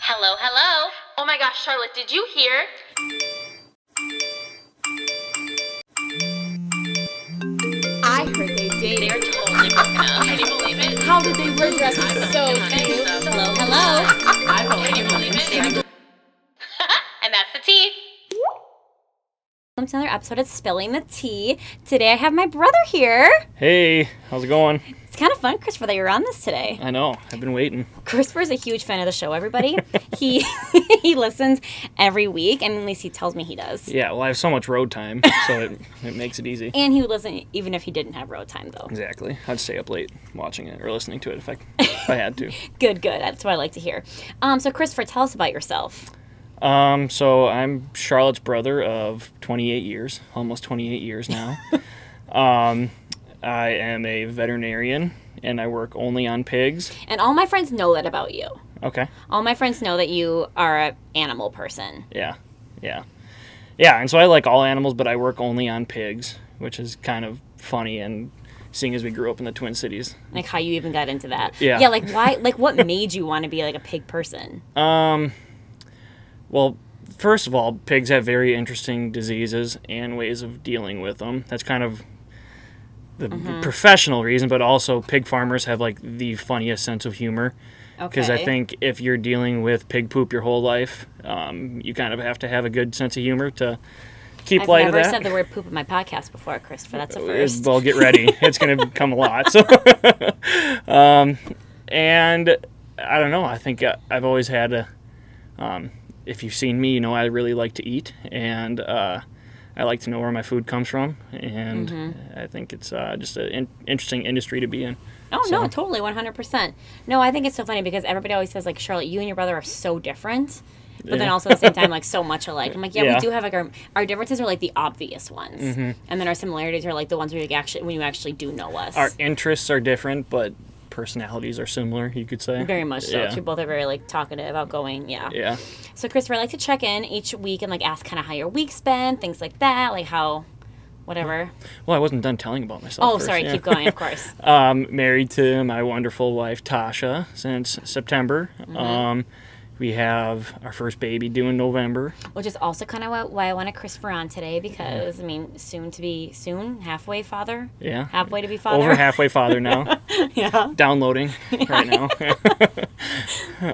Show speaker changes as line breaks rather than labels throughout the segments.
Hello, hello. Oh my gosh, Charlotte, did you hear?
I heard they dated.
They're totally broken up. Can you believe it?
How did they wear dresses so cute?
Hello, hello.
I
Can you believe it? and that's the tea.
Welcome to another episode of Spilling the Tea. Today I have my brother here.
Hey, how's it going?
It's kind of fun, Christopher, that you're on this today.
I know. I've been waiting.
Christopher's a huge fan of the show, everybody. he he listens every week, and at least he tells me he does.
Yeah, well, I have so much road time, so it, it makes it easy.
And he would listen even if he didn't have road time, though.
Exactly. I'd stay up late watching it or listening to it if I, if I had to.
Good, good. That's what I like to hear. Um, so, Christopher, tell us about yourself.
Um, so I'm Charlotte's brother of 28 years, almost 28 years now. um, I am a veterinarian and I work only on pigs.
And all my friends know that about you.
Okay.
All my friends know that you are an animal person.
Yeah. Yeah. Yeah, and so I like all animals, but I work only on pigs, which is kind of funny and seeing as we grew up in the Twin Cities.
Like how you even got into that.
Yeah.
Yeah, like why like what made you want to be like a pig person?
Um, well, first of all, pigs have very interesting diseases and ways of dealing with them. That's kind of the
Mm-hmm.
professional reason, but also pig farmers have like the funniest sense of humor. Because I
Okay.
think if you're dealing with pig poop your whole life, um, you kind of have to have a good sense of humor to keep
I've
light
never
of that.
said the word poop in my podcast before, Christopher. That's a
Is-
first.
Well, get ready. It's going to come a lot. So, um, and I don't know. I think uh, I've always had a. Um, if you've seen me, you know I really like to eat, and uh, I like to know where my food comes from, and
Mm-hmm.
I think it's uh, just an in- interesting industry to be in.
Oh no, totally, one hundred percent. No, I think it's so funny because everybody always says like Charlotte, you and your brother are so different, but then
Yeah.
also at the same time like so much alike. I'm like, yeah,
Yeah. Mm-hmm.
we do have like our our differences are like the obvious ones, and then our similarities are like the ones where you actually when you actually do know us.
Our interests are different, but personalities are similar. You could say
very much so.
Yeah.
You both are very like talkative, outgoing.
Yeah.
So, Christopher, I like to check in each week and like ask kind of how your week's been, things like that, like how, whatever.
Well, I wasn't done telling about myself.
Oh,
first,
sorry,
yeah.
keep going. Of course.
um, married to my wonderful wife Tasha since September.
Mm-hmm.
Um, we have our first baby due in November.
Which is also kind of why I wanted Christopher on today because I mean, soon to be soon, halfway father,
Yeah,
halfway to be father.
over halfway father now.
yeah.
Downloading right now.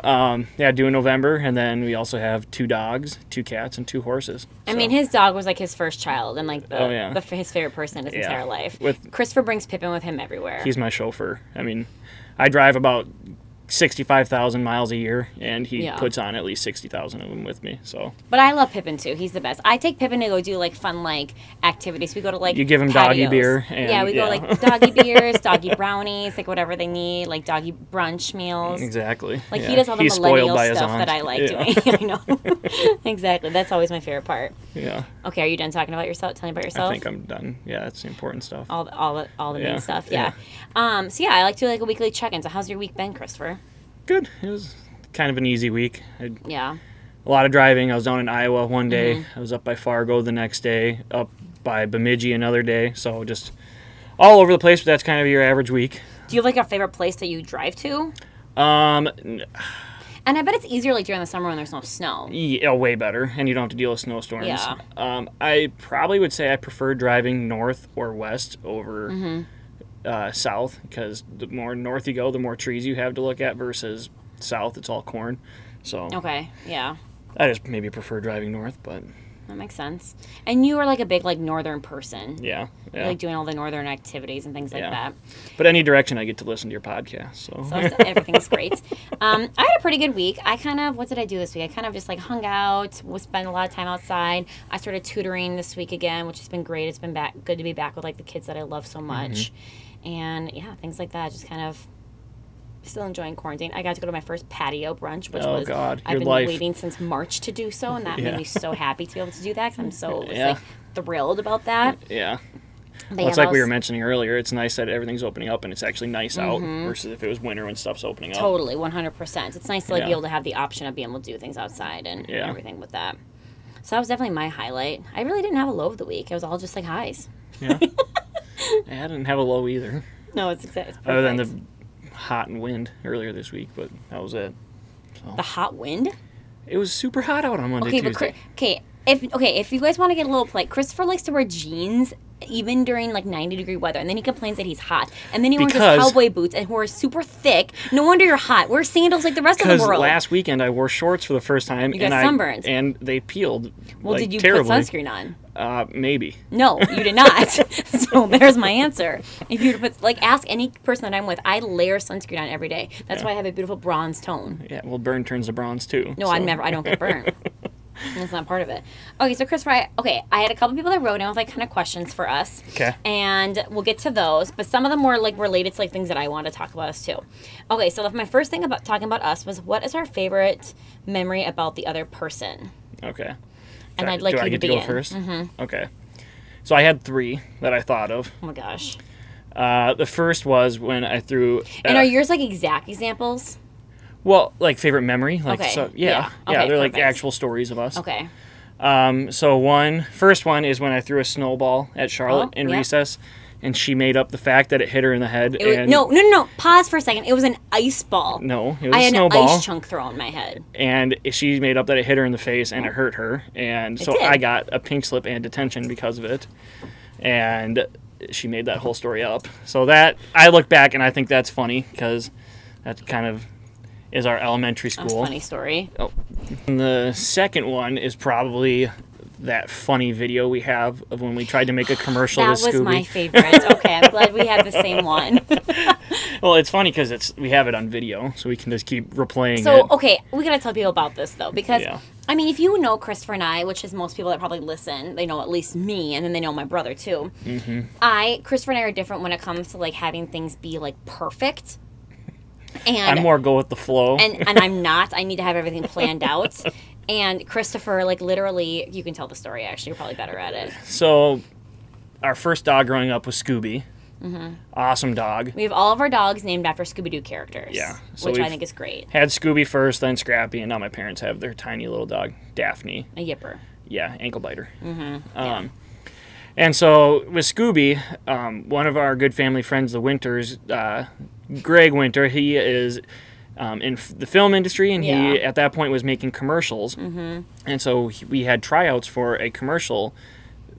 um, yeah, due in November, and then we also have two dogs, two cats, and two horses.
I mean,
So,
his dog was like his first child and like the,
Oh, yeah.
the his favorite person in his
Yeah.
entire life.
With-
Christopher brings Pippin with him everywhere.
he's my chauffeur. I mean, I drive about. 65,000 miles a year, and he
Yeah.
puts on at least 60,000 of them with me. So
But I love Pippin too. He's the best. I take Pippin to go do like fun like activities. We go to like
You give him doggy
patios.
beer and-
yeah, we go
yeah.
like doggy beers, doggy brownies, like whatever they need, like doggy brunch meals.
exactly,
Like
Yeah.
he does all the
He's spoiled
millennial
by his
stuff that
aunt.
I like
Yeah.
doing. I know exactly. That's always my favorite part.
Yeah,
Okay, are you done talking about yourself? Telling about yourself.
I think I'm done. Yeah, that's the important stuff.
all the all the, all the
Yeah,
main stuff. Yeah. Um. So yeah, I like to do like a weekly check in. So how's your week been, Christopher?
Good. It was kind of an easy week. I had
Yeah.
a lot of driving. I was down in Iowa one day.
Mm-hmm.
I was up by Fargo the next day. Up by Bemidji another day. So just all over the place. But that's kind of your average week.
Do you have like a favorite place that you drive to?
Um, n-
And I bet it's easier like during the summer when there's no snow.
yeah, way better, and you don't have to deal with snowstorms.
Yeah.
Um, I probably would say I prefer driving north or west over.
Mm-hmm.
Uh, south because the more north you go the more trees you have to look at versus south it's all corn so
Okay. Yeah.
i just maybe prefer driving north but
That makes sense. And you were like a big like northern person.
yeah,
You
yeah.
Like doing all the northern activities and things like
Yeah.
that.
But any direction I get to listen to your podcast. So,
So it's- everything's great. Um, I had a pretty good week. I kind of what did I do this week? I kind of just like hung out, was spent a lot of time outside. I started tutoring this week again, which has been great. It's been back good to be back with like the kids that I love so much,
Mm-hmm.
and yeah, things like that. Just kind of. Still enjoying quarantine. I got to go to my first patio brunch, which
Oh,
was
God,
I've
your
been
life.
waiting since March to do so, and that
Yeah.
made me so happy to be able to do that. Cause I'm so was,
Yeah.
like thrilled about that.
yeah.
But
Well,
yeah,
it's
that
like we were
was-
mentioning earlier. It's nice that everything's opening up and it's actually nice out versus if it was winter when stuff's opening up.
Mm-hmm. Totally, one hundred percent. It's nice to like be
Oh. Yeah.
able to have the option of being able to do things outside and, and
Yeah.
everything with that. So that was definitely my highlight. I really didn't have a low of the week. It was all just like highs.
Yeah. yeah. I didn't have a low either,
No, it's, exa- it's
other than
perfect.
the hot and wind earlier this week, but that was it.
the hot wind.
It was super hot out on Monday,
Okay, but
Tuesday.
Chri- okay, if okay, if you guys want to get a little polite, Christopher likes to wear jeans even during like 90 degree weather and then he complains that he's hot and then he wears
Because-
his cowboy boots and who are super thick no wonder you're hot wear sandals like the rest of the
Because
world
last weekend I wore shorts for the first time,
got
and I
sunburned.
and they peeled.
well
like,
did you
terribly.
put sunscreen on
Uh, maybe.
No, you did not. so there's my answer. If you were to put, like, ask any person that I'm with, I layer sunscreen on every day. That's why I have a beautiful bronze tone.
Yeah, well, burn turns to bronze too.
No,
so-
I'm never. I don't get burned. That's not part of it. Okay, so Christopher, I, okay, I had a couple people that wrote in with like kind of questions for us.
Okay.
And we'll get to those, but some of them were like related to like things that I want to talk about us too. Okay, so my first thing about talking about us was what is our favorite memory about the other person?
Okay.
And
Do I-
I'd like
do
you
I
to
get to
begin.
go first. Mm-hmm. Okay. So I had three that I thought of.
Oh my gosh.
Uh, the first was when I threw.
And
uh,
are yours like exact examples?
well, like favorite memory, like
Okay,
so, yeah,
yeah,
yeah,
okay,
they're like
perfect.
actual stories of us.
Okay.
Um, so one first one is when I threw a snowball at Charlotte
Oh,
in
yeah.
recess, and she made up the fact that it hit her in the head.
It was,
and
no, no, no, no. Pause for a second. It was an ice ball.
no, it was
I
a
had
snowball,
an ice chunk thrown in my head.
and she made up that it hit her in the face and it hurt her, and so
Oh. did.
I got a pink slip and detention because of it, and she made that whole story up. So that I look back and I think that's funny because that kind of is our elementary
That's a
school.
funny story.
Oh. And the second one is probably that funny video we have of when we tried to make a commercial
That
with
was
Scooby.
my favorite. Okay, I'm glad we had the same one.
well, it's funny because it's we have it on video, so we can just keep replaying
So, oh
it.
okay, we gotta tell people about this though, because
Yeah.
I mean, if you know Christopher and I, which is most people that probably listen, they know at least me, and then they know my brother too.
Mm-hmm.
I, Christopher and I are different when it comes to like having things be like perfect. And
I'm more go with the flow.
and and I'm not. I need to have everything planned out. And Christopher, like literally, you can tell the story. Actually, you're probably better at it.
so, our first dog growing up was Scooby. Awesome dog.
We have all of our dogs named after Scooby Doo characters.
Yeah, so
which I
we've-
think is great.
Had Scooby first, then Scrappy, and now my parents have their tiny little dog, Daphne.
A yipper.
yeah, ankle biter. Mm-hmm. Um, and so with Scooby, um, one of our good family friends, the Winters, uh, Greg Winter, he is um, in f- the film industry, and he
Yeah.
at that point was making commercials. Mm-hmm. And so he- we had tryouts for a commercial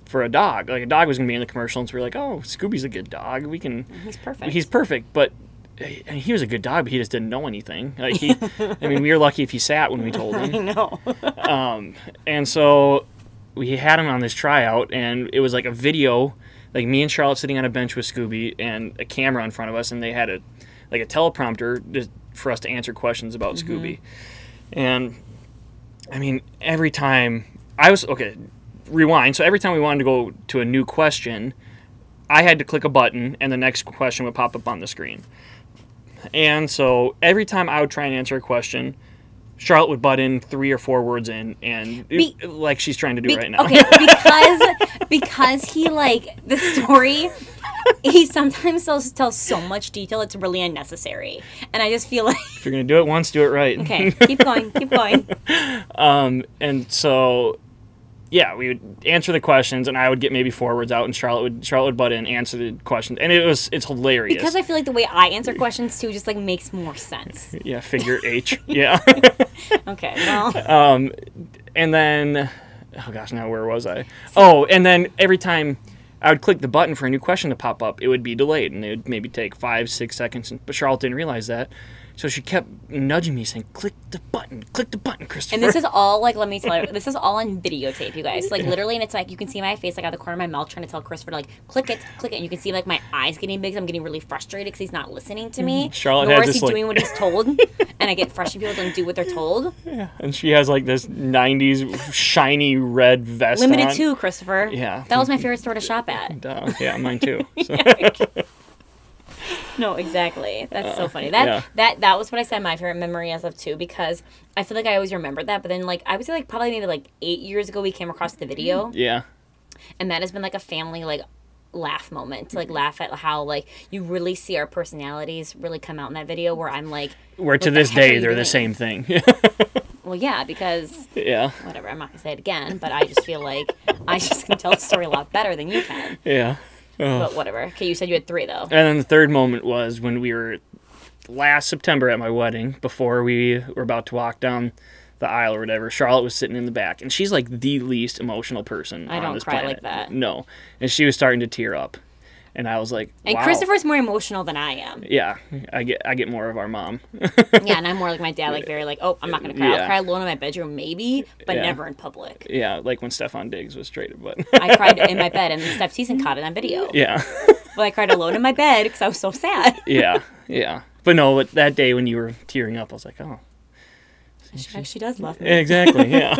for a dog. Like a dog was going to be in the commercial, and so we were like, "Oh, Scooby's a good dog. We can."
He's perfect.
He's perfect, but he he was a good dog, but he just didn't know anything. Like he, I mean, we were lucky if he sat when we told him. I know. um, and so we had him on this tryout, and it was like a video, like me and Charlotte sitting on a bench with Scooby and a camera in front of us, and they had a like a teleprompter just for us to answer questions about Scooby. And I mean, every time I was okay, rewind. So every time we wanted to go to a new question, I had to click a button and the next question would pop up on the screen. And so every time I would try and answer a question, Charlotte would butt in three or four words in and
Be-
like she's trying to do
Be-
right now.
Okay, because because he like the story. He sometimes tells, tells so much detail; it's really unnecessary, and I just feel like
If you're gonna do it once, do it right.
okay, keep going, keep going.
and so yeah, we would answer the questions and I would get maybe four words out and Charlotte would Charlotte would butt in, answer the questions. And it was it's hilarious.
Because I feel like the way I answer questions too just like makes more sense.
yeah, figure H. Yeah.
Okay, well,
and then oh gosh now where was i oh and then every time i would click the button for a new question to pop up it would be delayed and it would maybe take five six seconds and, but charlotte didn't realize that so she kept nudging me saying click the button click the button christopher
And this is all like, let me tell you, this is all on videotape, you guys. Like literally, and it's like you can see my face, like out of the corner of my mouth, trying to tell Christopher, like, click it, click it. And you can see like my eyes getting big. 'cause I'm getting really frustrated because he's not listening to me.
Charlotte
nor
has
is he
this, like-
doing what he's told. and I get frustrated. People don't do what they're told.
and she has like this 90s shiny red vest
Limited
on.
two, Christopher.
Yeah.
That was my favorite store to shop at.
Duh, yeah mine too so,
No, exactly. That's so funny. That
Uh, yeah.
that that was what I said my favorite memory as of too because I feel like I always remembered that. But then like I would say like probably maybe like eight years ago we came across the video.
yeah
and that has been like a family like laugh moment to
Mm-hmm.
like laugh at how like you really see our personalities really come out in that video where i'm like
where to
the
this
heck are
day
you
they're the
doing?
same thing
well yeah because
yeah
whatever i'm not gonna say it again but i just feel like i just can tell the story a lot better than you can
yeah Oh,
but whatever okay you said you had three though
And then the third moment was when we were last September at my wedding before we were about to walk down the aisle or whatever. Charlotte was sitting in the back, and she's like the least emotional person.
I
on
don't
this
cry
planet.
like that.
No, and she was starting to tear up, and I was like,
And
wow.
Christopher's more emotional than I am.
Yeah, I get I get more of our mom.
Yeah, and I'm more like my dad, like very like, oh, I'm not gonna cry.
Yeah.
I'll cry alone in my bedroom, maybe, but
Yeah.
never in public.
yeah, like when Stefan Diggs was traded, but
I cried in my bed, and Steph Season caught it on video.
yeah,
But I cried alone in my bed because I was so sad.
yeah, yeah. But no, but that day when you were tearing up, I was like, oh,
She actually does love me.
exactly, yeah,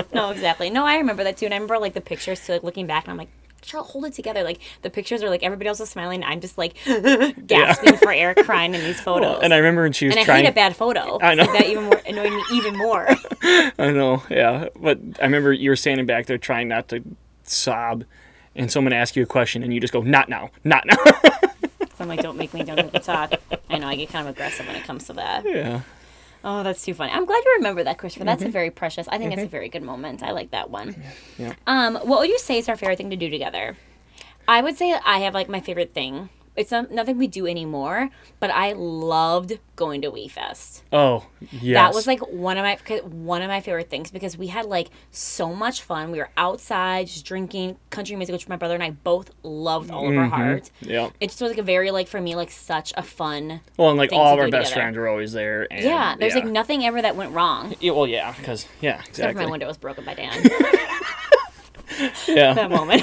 No, exactly. No, I remember that too, and I remember like the pictures too, like looking back, and I'm like. Charlotte, hold it together. Like the pictures are like everybody else is smiling. I'm just like gasping for air, crying in these photos.
and I remember when she was
And I
trying.
hate a bad photo.
I know.
So that even more annoyed me even more.
I know, yeah. But I remember you were standing back there trying not to sob, and someone asked you a question, and you just go, "Not now, not now."
So I'm like, don't make me, don't make me talk. I know I get kind of aggressive when it comes to that.
yeah,
Oh, that's too funny. I'm glad you remember that, Christopher. That's a very precious. I think it's a very good moment. I like that one.
Mm-hmm. Yeah.
Um, what would you say is our favorite thing to do together? I would say I have like my favorite thing. It's not, nothing we do anymore, but I loved going to Wii Fest.
Oh, yes.
That was like one of my 'cause one of my favorite things because we had like so much fun. We were outside just drinking country music, which my brother and I both loved all of our heart.
Mm-hmm. Yeah.
It just was like a very like for me like such a fun.
well, and like
things
all
to
of our
do
best
together.
friends were always there. And,
Yeah, there's like nothing ever that went wrong.
Yeah, well, yeah, because yeah,
Except for
exactly.
my window was broken by Dan.
yeah,
that moment.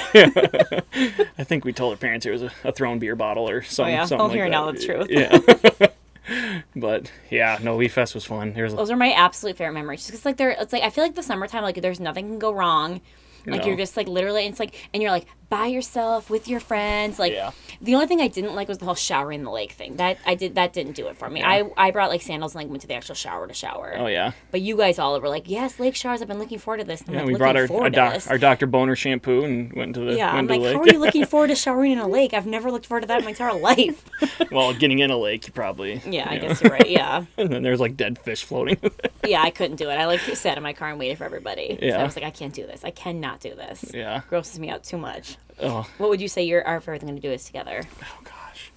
I think we told our parents it was a, a thrown beer bottle or something.
Oh, yeah.
something
They'll
like
hear
that.
now the truth.
Yeah. but yeah, no, Wee Fest was fun. There was
Those are my absolute favorite memories. Just 'cause, like there, it's like I feel like the summertime, like there's nothing can go wrong. Like
No.
you're just like literally, it's like and you're like by yourself with your friends. Like
Yeah.
the only thing I didn't like was the whole shower in the lake thing. That I did that didn't do it for me. I I brought like sandals and like went to the actual shower to shower.
oh yeah,
But you guys all were like, yes, lake showers. I've been looking forward to this. And I'm
yeah.
like,
We
looking
brought our
forward
our,
to
doc,
this.
our Dr. Boner shampoo and went to the
yeah. I'm
went
like,
to the
how are
lake.
you looking forward to showering in a lake? I've never looked forward to that in my entire life.
well, getting in a lake, you probably
Yeah, I
you know.
guess you're right. Yeah.
And then there's like dead fish floating.
yeah, I couldn't do it. I like sat in my car and waited for everybody. So I
Yeah.
was like, I can't do this. I cannot do this.
yeah.
Grosses me out too much.
Oh.
What would you say your our favorite thing to do is together?
oh gosh.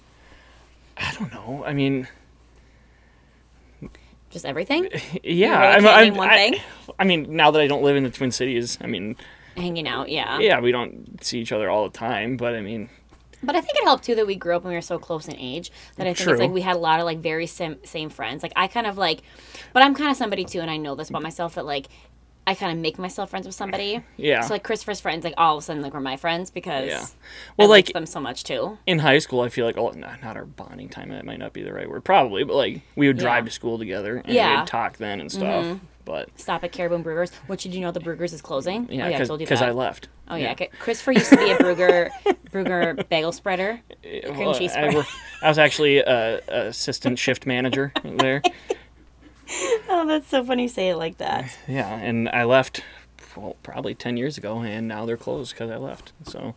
I don't know. I mean.
Just everything?
Yeah,
really
I'm,
can't
I'm,
name one
I,
thing?
I mean, now that I don't live in the Twin Cities, I mean,
Hanging out, yeah.
yeah, we don't see each other all the time, but I mean,
But I think it helped too that we grew up and we were so close in age that I think
True.
it's like we had a lot of like very sim- same friends. Like I kind of like, but I'm kind of somebody too, and I know this
Mm-hmm.
about myself that like I kind of make myself friends with somebody.
Yeah.
So like Christopher's friends, like all of a sudden like were my friends because
Yeah.
well
Well,
I like
like-
them so much too.
in high school, I feel like oh, not, not our bonding time. That might not be the right word, probably, but like we would drive
Yeah.
to school together and
Yeah. Mm-hmm.
we'd talk then and stuff. But
Stop at Caribou and Brewers. What did you know? The Brewers is closing.
yeah,
oh, yeah, I
because
told you
I,
that.
left.
Oh yeah, okay. Christopher used to be a Bruger Bruger bagel spreader, cream
Well,
cheese
I,
spreader.
wor- I was actually a, a assistant shift manager there.
oh, that's so funny. You say it like that.
Yeah, and I left well, probably ten years ago, and now they're closed because I left. So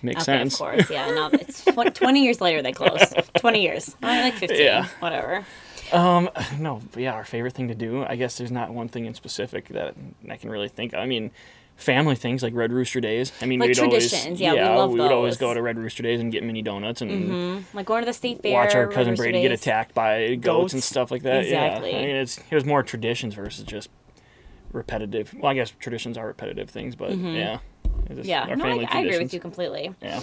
makes
Okay,
sense.
of course. Yeah. No, it's tw- twenty years later they closed. Twenty years. I like fifteen.
Yeah.
Whatever.
Um, no, but yeah, our favorite thing to do. I guess there's not one thing in specific that I can really think. of. I mean, family things like Red Rooster Days. I mean,
Like
we'd
traditions,
always
yeah, we love
would always
those.
go to Red Rooster Days and get mini donuts and
Like going to the state fair.
watch our
Red
cousin
Rooster
Brady get
Days.
attacked by goats, and
Goats.
stuff like that.
Exactly.
Yeah, I mean, it's it was more traditions versus just repetitive. Well, I guess traditions are repetitive things, but yeah, it's
Mm-hmm.
just
Yeah.
our
no, I, I agree
family
with
traditions.
you completely.
Yeah.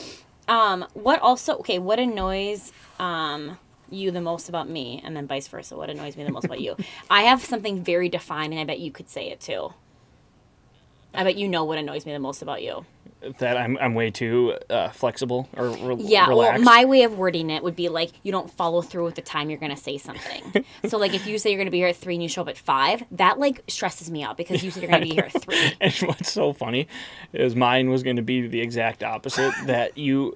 Um, what also? Okay, what annoys um you the most about me, and then vice versa. What annoys me the most about you? I have something very defined, and I bet you could say it too. I bet you know what annoys me the most about you.
that I'm I'm way too uh, flexible or re-
Yeah,
relaxed.
well, my way of wording it would be like you don't follow through with the time you're gonna say something. so like if you say you're gonna be here at three and you show up at five, that like stresses me out because you said you're gonna be here at three.
and what's so funny is mine was going to be the exact opposite that you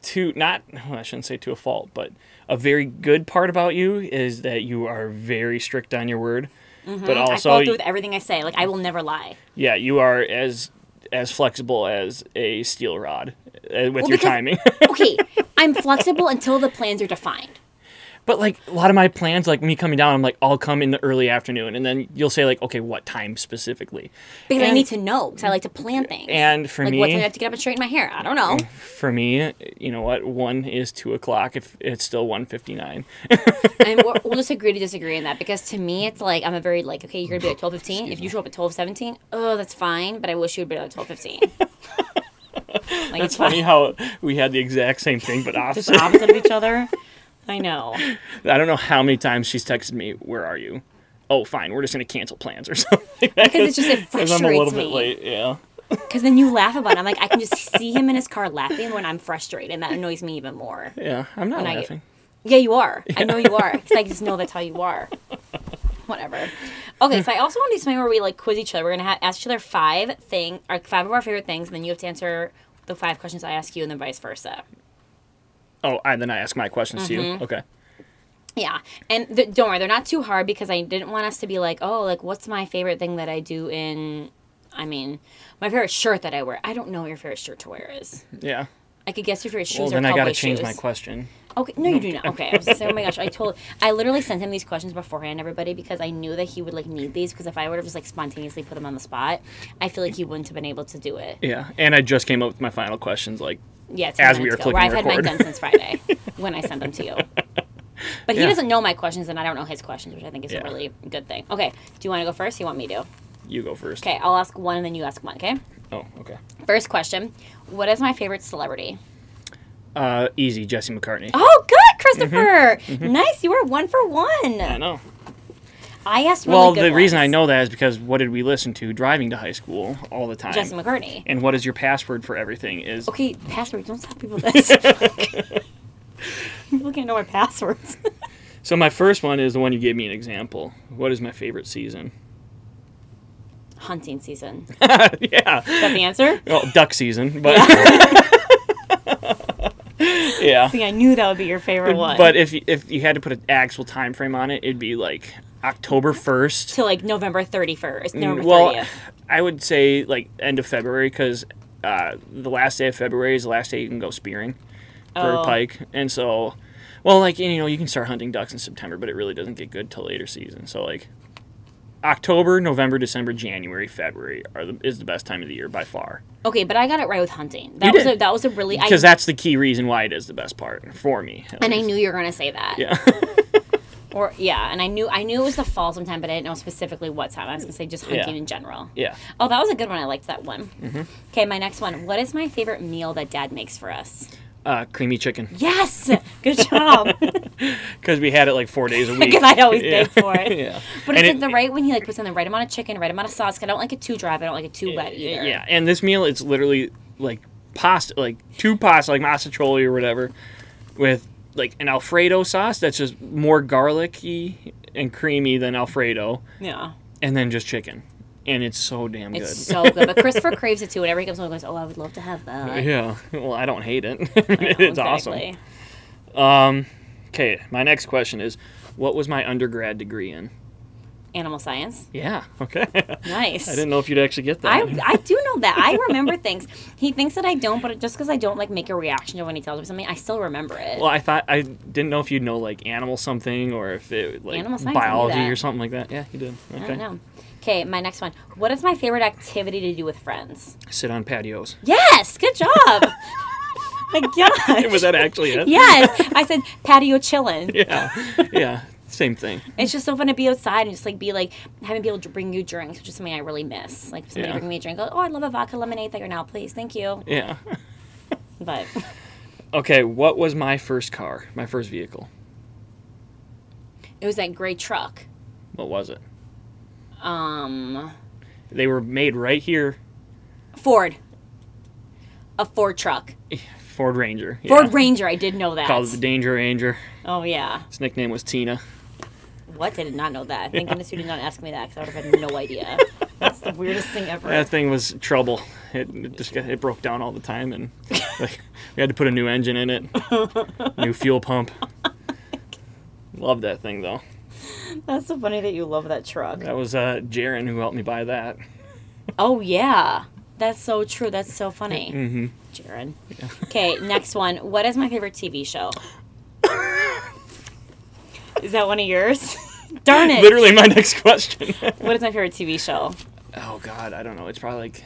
to not I shouldn't say to a fault, but a very good part about you is that you are very strict on your word, but
Mm-hmm, I
also
follow through with everything I say. Like I will never lie.
yeah, you are as as flexible as a steel rod uh, with your
because-
timing.
Okay, I'm flexible until the plans are defined.
But like a lot of my plans, like me coming down, I'm like, I'll come in the early afternoon, and then you'll say like, okay, what time specifically?
Because I
And-
need to know because I like to plan things.
and for
like, what
me-
time do I have to get up and straighten my hair? I don't know.
For me, you know what? One is two o'clock. If it's still one fifty nine,
and we're, we'll just agree to disagree on that because to me it's like I'm a very like okay you're gonna be at twelve fifteen if you show up at twelve seventeen oh that's fine but I wish you would be at twelve fifteen. like
it's funny how we had the exact same thing, but
just
opposite.
opposite of each other. I know.
I don't know how many times she's texted me, "Where are you?" Oh, fine. We're just gonna cancel plans or something.
Because it's just it
Because I'm a little
frustrates
bit
me.
late. Yeah.
Because then you laugh about it. I'm like I can just see him in his car laughing when I'm frustrated and that annoys me even more.
Yeah. I'm not
I-
laughing.
Yeah, you are. I know you are because I just know that's how you are. Whatever. Okay, so I also want to do something where we like quiz each other. We're gonna ha ask each other five thing, or five of our favorite things, and then you have to answer the five questions I ask you, and then vice versa.
Oh, I then I ask my questions to
Mm-hmm.
you. Okay.
Yeah, and th- don't worry, they're not too hard because I didn't want us to be like, oh, like what's my favorite thing that I do in. I mean, my favorite shirt that I wear. I don't know what your favorite shirt to wear is.
Yeah.
I could guess your favorite shoes
Well,
are
then I
cowboy
gotta change
shoes.
my question.
Okay, no, you do not. Okay, I was just saying, oh my gosh, I told, I literally sent him these questions beforehand, everybody, because I knew that he would like need these. Because if I would have just like spontaneously put them on the spot, I feel like he wouldn't have been able to do it.
Yeah. And I just came up with my final questions. Like,
Yeah, it's
As we were
Where I've
clicking
had mine
record.
done since Friday when I sent them to you. But he
Yeah.
doesn't know my questions, and I don't know his questions, which I think is
Yeah.
a really good thing. Okay, do you want to go first? Or you want me to?
you go first.
Okay, I'll ask one, and then you ask one. Okay.
Oh, okay.
First question: What is my favorite celebrity?
Uh, easy, Jesse McCartney.
Oh, good, Christopher! Nice, you are one for one.
Mm-hmm. I know.
I asked. Really
Well,
good
the reason I
ones.
know that is because what did we listen to driving to high school all the time?
Jesse McCartney.
And what is your password for everything? Is
Okay, password. Don't tell people this. people can't know my passwords.
so my first one is the one you gave me an example. What is my favorite season?
Hunting season. Is
yeah,
that the answer?
well, duck season, but yeah.
See, I knew that would be your favorite one.
But if you, if you had to put an actual time frame on it, it'd be like October first.
to like November thirty first, November
well,
thirtieth.
I would say like end of February because uh, the last day of February is the last day you can go spearing for
Oh.
pike, and so, well, like you know, you can start hunting ducks in September, but it really doesn't get good till later season. So like, October, November, December, January, February are the, is the best time of the year by far
Okay, but I got it right with hunting. That was
did.
a, that was a really I,
because that's the key reason why it is the best part for me. at
and I
least.
knew you were gonna say that.
Yeah.
Or yeah, and I knew I knew it was the fall sometime, but I didn't know specifically what time. I was gonna say just hunting
Yeah.
in general.
yeah.
Oh, that was a good one. I liked that one.
Mm-hmm.
Okay, my next one. What is my favorite meal that Dad makes for us?
Uh, creamy chicken
Yes, good job.
because we had it like four days a week.
Because I always
yeah.
beg for it.
yeah.
But
And
it's like
it-
the right when he like puts in the right amount of chicken, right amount of sauce. 'cause I don't like it too dry, but I don't like it too wet either.
Yeah, and this meal it's literally like pasta, like two pasta, like mastraccioli or whatever, with like an Alfredo sauce that's just more garlicky and creamy than Alfredo,
Yeah.
and then just chicken, and it's so damn good.
It's so good. But Christopher craves it too. Whenever he comes home, he goes, "Oh, I would love to have that."
yeah, well, I don't hate it.
I know,
it's
exactly.
awesome. Okay, my next question is, what was my undergrad degree in?
Animal science.
Yeah. Okay. I
Nice.
didn't know if you'd actually get that.
I, I do know that. I remember things. He thinks that I don't, but just because I don't like make a reaction to when he tells me something, I still remember it.
well, I thought I didn't know if you'd know like animal something or if it like
Animal science, I knew
biology
that.
or something like that. Yeah, you did. Okay.
I don't know. Okay, my next one. What is my favorite activity to do with friends?
sit on patios.
Yes, good job. my gosh.
Was that actually it?
Yes, I said patio chillin'.
Yeah. Yeah. Same thing.
It's just so fun to be outside and just like be like having people dr- bring you drinks, which is something I really miss. Like somebody
Yeah.
bring me a drink, oh, I'd love a vodka lemonade that you're now, please, thank you.
Yeah.
But
Okay, what was my first car? My first vehicle.
it was that gray truck.
What was it?
Um,
They were made right here.
Ford. A Ford truck.
Ford Ranger. Yeah.
Ford Ranger. I did know that.
Called it the Danger Ranger.
oh yeah.
Its nickname was Tina.
What? I did not know that. Thank goodness you did not ask me that because I would have had no idea. That's the weirdest thing ever.
That thing was trouble. It, it just got, it broke down all the time, and like, we had to put a new engine in it, new fuel pump. Love that thing though.
That's so funny that you love that truck.
That was uh, Jaron who helped me buy that.
Oh yeah. That's so true. That's so funny. Mm-hmm. Jared. Okay, next one. What is my favorite TV show? Is that one of yours? Darn it.
Literally my next question.
What is my favorite TV show?
oh God, I don't know. It's probably like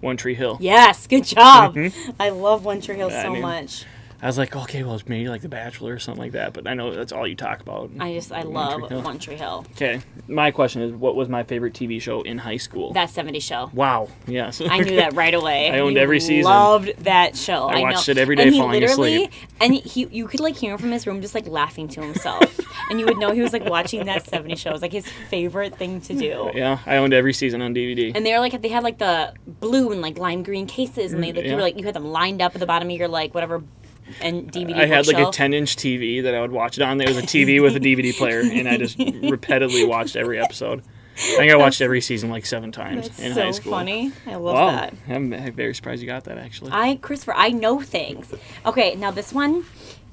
One Tree Hill.
Yes, good job. I love One Tree Hill
Mm-hmm. I
so
knew.
much.
I was like, okay, well, it's maybe like The Bachelor or something like that. But I know that's all you talk about.
I just I
One Tree
love
Hill.
One Tree Hill.
Okay, my question is, what was my favorite TV show in high school?
That 70 show.
wow. Yes.
I knew that right away.
I owned
You
every season.
Loved that show.
I watched
know.
it every day
and he
falling
literally,
asleep.
And he, you could like hear him from his room just like laughing to himself, and you would know he was like watching that 70 show. It was like his favorite thing to do.
yeah, I owned every season on DVD.
And they were like they had like the blue and like lime green cases, and they like you were
yeah.
like you had them lined up at the bottom of your like whatever, and DVD.
I had like a
bookshelf.
10 inch TV that I would watch it on. It was a TV with a DVD player, and I just repeatedly watched every episode. I think I watched every season like seven times
That's
in
so
high school.
funny. I love
Wow,
that.
I'm, I'm very surprised you got that actually.
I Christopher, I know things. Okay, now this one.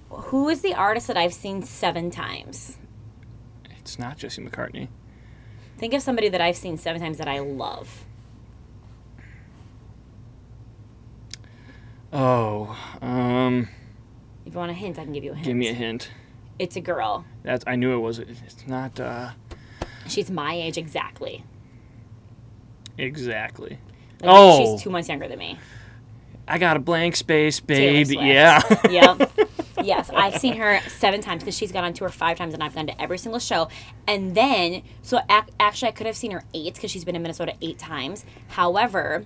Who is the artist that I've seen seven times?
it's not Jesse McCartney.
Think of somebody that I've seen seven times that I love.
Oh, um,
If you want a hint, I can give you a hint.
give me a hint.
It's a girl.
That's I knew it was. It's not uh,
She's my age exactly.
exactly.
Like,
Oh.
She's two months younger than me.
I got a blank space,
Taylor
babe.
Swift.
Yeah.
Yep. yes, I've seen her seven times because she's gone on tour five times, and I've gone to every single show. And then, so ac- actually, I could have seen her eight because she's been in Minnesota eight times. However,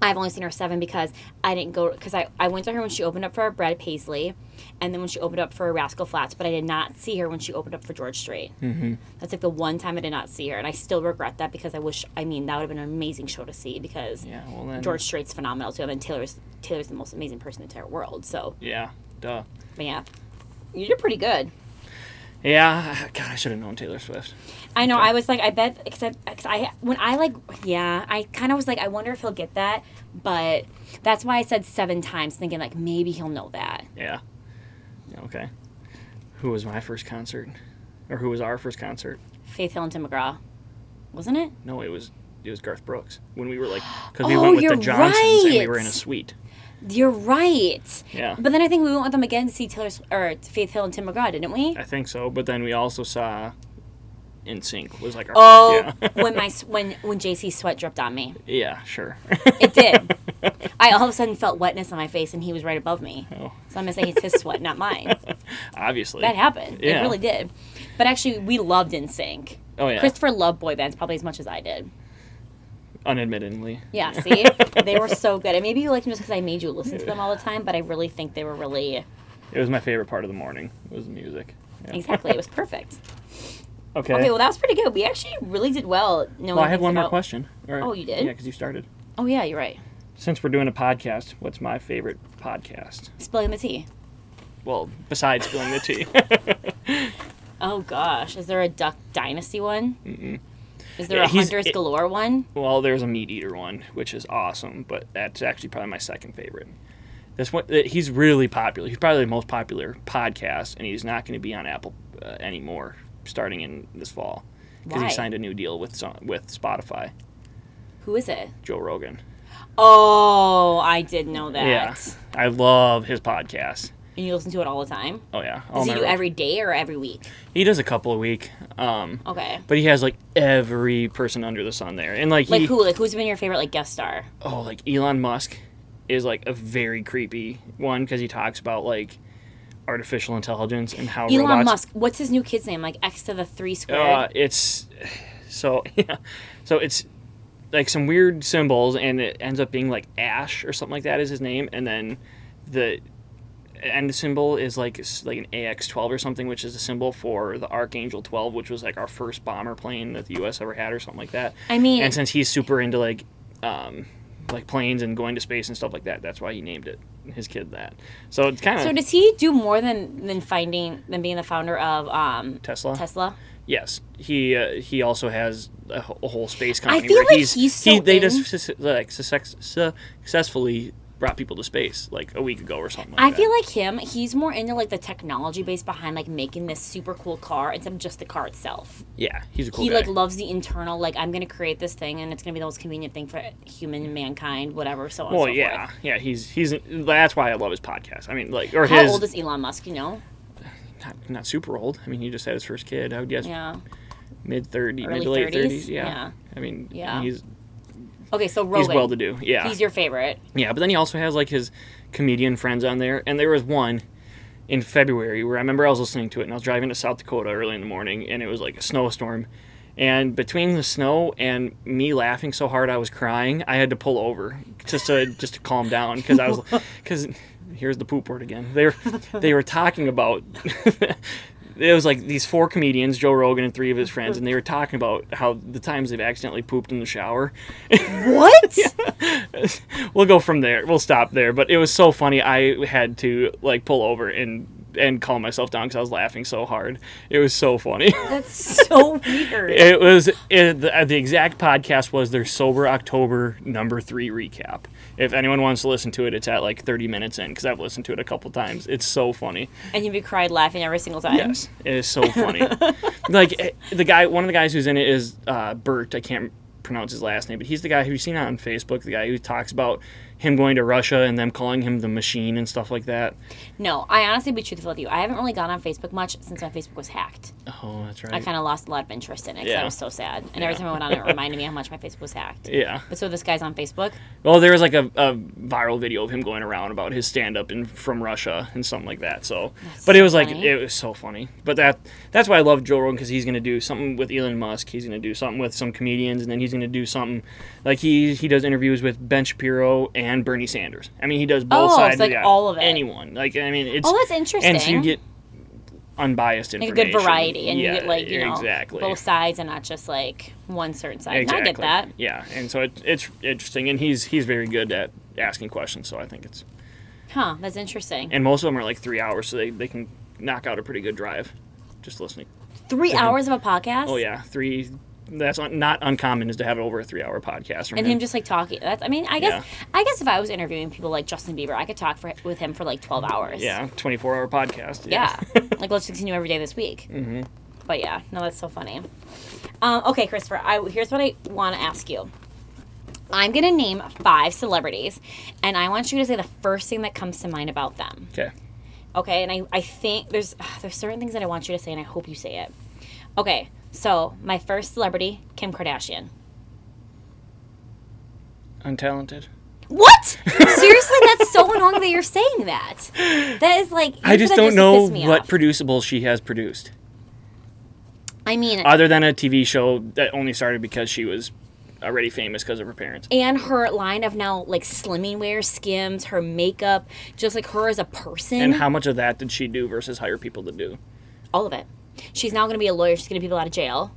I've only seen her seven because I didn't go because I, I went to her when she opened up for Brad Paisley, and then when she opened up for Rascal Flats, but I did not see her when she opened up for George Strait. Mm-hmm. That's like the one time I did not see her, and I still regret that because I wish I mean that would have been an amazing show to see because
yeah. Well then.
George Strait's phenomenal too. I mean, Taylor's Taylor's the most amazing person in the entire world. So,
Yeah. Duh.
but yeah, you're pretty good.
Yeah. God, I should have known Taylor Swift.
I know. I was like, I bet because I, 'cause I when I like, yeah, I kind of was like, I wonder if he'll get that, but that's why I said seven times, thinking like maybe he'll know that.
Yeah. Yeah, Okay. Who was my first concert, or who was our first concert?
Faith Hill and Tim McGraw, wasn't it?
No, it was it was Garth Brooks when we were like because we
Oh,
went with
you're
the Johnsons and we
right.
were in a suite.
You're right.
Yeah.
But then I think we went with them again to see Taylor Sw- or Faith Hill and Tim McGraw, didn't we?
I think so. But then we also saw In Sync was like our
Oh,
first, yeah.
when my s- when when JC sweat dripped on me,
yeah, sure.
it did. I all of a sudden felt wetness on my face, and he was right above me.
Oh,
So I'm gonna say it's his sweat, not mine.
obviously.
That happened. It
Yeah.
really did. But actually, we loved In Sync.
oh yeah.
Christopher loved boy bands probably as much as I did.
Unadmittedly.
Yeah, see, they were so good. And maybe you liked them just because I made you listen to them all the time. But I really think they were really
It was my favorite part of the morning. Was the music. Yeah.
exactly. It was perfect.
Okay.
Okay, well that was pretty good. We actually really did well. No,
well, I have one more question. Or-
Oh, you did?
Yeah, because you started.
Oh yeah, you're right.
Since we're doing a podcast, what's my favorite podcast?
Spilling the tea.
Well, besides spilling the tea.
Oh gosh, is there a Duck Dynasty one? Mm-mm. Is there
Yeah,
a
he's-
Hunters
it-
Galore one?
well, there's a meat eater one, which is awesome, but that's actually probably my second favorite. This one, th- he's really popular. He's probably the most popular podcast, and he's not going to be on Apple uh, anymore starting in this fall because
Why?
he signed a new deal with some, with Spotify.
Who is it?
Joe Rogan.
Oh, I did know that.
Yeah, I love his podcast.
And you listen to it all the time.
Oh yeah, all
Does he
my
do
ro-
every day or every week?
he does a couple a week. Um,
Okay.
But he has like every person under the sun there, and like,
Like
he,
who? Like who's been your favorite like guest star?
oh, like Elon Musk is like a very creepy one because he talks about like artificial intelligence and how
Elon
robots.
Musk. What's his new kid's name? Like X to the three
Uh,
squared.
it's so yeah, so it's like some weird symbols, and it ends up being like Ash or something like that is his name, and then the end symbol is like s- like an AX12 or something, which is a symbol for the Archangel 12, which was like our first bomber plane that the U.S. ever had or something like that.
I mean-
and since he's super into like um like planes and going to space and stuff like that, that's why he named it his kid that. So it's kind of
so does he do more than than finding than being the founder of um,
Tesla.
Tesla?
Yes, he uh, he also has a, wh- a whole space company.
feel
where
like
he's,
he's so
he, they
in-
just sus- like success, successfully brought people to space like a week ago or something. Like
I
that.
feel like him. He's more into like the technology base behind like making this super cool car instead of just the car itself.
yeah, he's a cool
He
guy.
like loves the internal. Like I'm gonna create this thing and it's gonna be the most convenient thing for human mankind, whatever. So on. and
well,
so
yeah,
Forth.
yeah, he's he's that's why I love his podcast. I mean, like or
How
his
old is Elon Musk? You know,
not, not super old. I mean, he just had his first kid. I would guess
Yeah.
mid 30,
Early
mid to late
30s?
30s. Yeah.
Yeah.
I mean,
Yeah.
he's
Okay, so Rogan.
he's well to do. Yeah.
He's your favorite.
yeah, but then he also has like his comedian friends on there. And there was one in February where I remember I was listening to it and I was driving to South Dakota early in the morning and it was like a snowstorm. And between the snow and me laughing so hard I was crying, I had to pull over just to just to calm down because I was because here's the poop word again. They were they were talking about it was like these four comedians, Joe Rogan and three of his friends, and they were talking about how the times they've accidentally pooped in the shower.
What?
we'll go from there. We'll stop there. But it was so funny. I had to like pull over and and calm myself down because I was laughing so hard. It was so funny.
That's so weird.
it was it, the, uh, the exact podcast was their sober October number three recap. If anyone wants to listen to it, it's at like 30 minutes in because I've listened to it a couple times. It's so funny.
and you'd be cried laughing every single time.
Yes, it is so funny. like eh, the guy, one of the guys who's in it is uh, Bert. I can't pronounce his last name, but he's the guy who you seen on Facebook. The guy who talks about him going to Russia and them calling him the machine and stuff like that.
No, I honestly be truthful with you. I haven't really gone on Facebook much since my Facebook was hacked.
Oh, that's right.
I kind of lost a lot of interest in it because I
Yeah.
was so sad. And every time I went on, it reminded me how much my Facebook was hacked.
yeah.
But so this guy's on Facebook.
Well, there was like a, a viral video of him going around about his stand up in from Russia and something like that. So, but it
so
was like
funny.
it was so funny. But that that's why I love Joe Rogan because he's gonna do something with Elon Musk. He's gonna do something with some comedians, and then he's gonna do something like he he does interviews with Ben Shapiro and Bernie Sanders. I mean, he does both
Oh, it's
sides.
like
the aisle.
all of it.
Anyone? Like I mean, it's
Oh, that's interesting.
and so you get unbiased
like a
information,
good variety, and
Yeah,
you get like you know
exactly
both sides and not just like one certain side. And
Exactly.
I get that.
Yeah, and so it, it's interesting, and he's he's very good at asking questions. So I think it's
Huh? That's interesting.
and most of them are like three hours, so they they can knock out a pretty good drive, just listening.
Three hours of a podcast.
Mhm. Oh yeah, three. That's un, not uncommon is to have over a three-hour podcast. From
And him just like talking. That's. I mean, I guess.
Yeah.
I guess if I was interviewing people like Justin Bieber, I could talk for, with him for like twelve hours.
yeah, twenty-four hour podcast.
Yeah. like let's continue every day this week. Mm-hmm. But yeah, no, that's so funny. Um, okay, Christopher, I, here's what I want to ask you. I'm gonna name five celebrities, and I want you to say the first thing that comes to mind about them.
Okay.
Okay, and I, I think there's there's certain things that I want you to say, and I hope you say it. Okay, so my first celebrity, Kim Kardashian.
Untalented.
What? Seriously, that's so annoying that you're saying that. That is like
I just
that
don't know
pissed me
what
off.
producible she has produced,
I mean,
other than a TV show that only started because she was already famous because of her parents.
and her line of now like slimming wear, Skims, her makeup, just like her as a person,
And how much of that did she do versus hire people to do?
all of it. She's now going to be a lawyer. She's going to get people out of jail.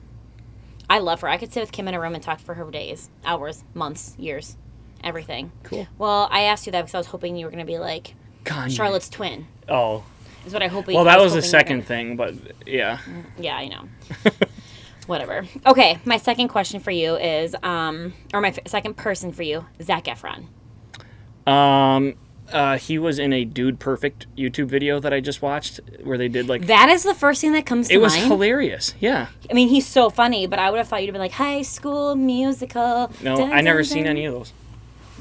I love her. I could sit with Kim in a room and talk for her days, hours, months, years, everything.
Cool.
Well, I asked you that because I was hoping you were going to be like
Kanye.
Charlotte's twin.
Oh,
Is what I hope.
well, that was the
hoping you were Mm. gonna-
second thing, but yeah.
Yeah, I know. Whatever. Okay, my second question for you is, um, or my f- second person for you, Zach Efron.
Um, uh, he was in a Dude Perfect YouTube video that I just watched where they did like.
That is the first thing that comes to
it was
mind.
hilarious. Yeah.
I mean, he's so funny, but I would have thought you'd have been like High School Musical.
No,
dun,
I never
dun,
seen
dun."
any of those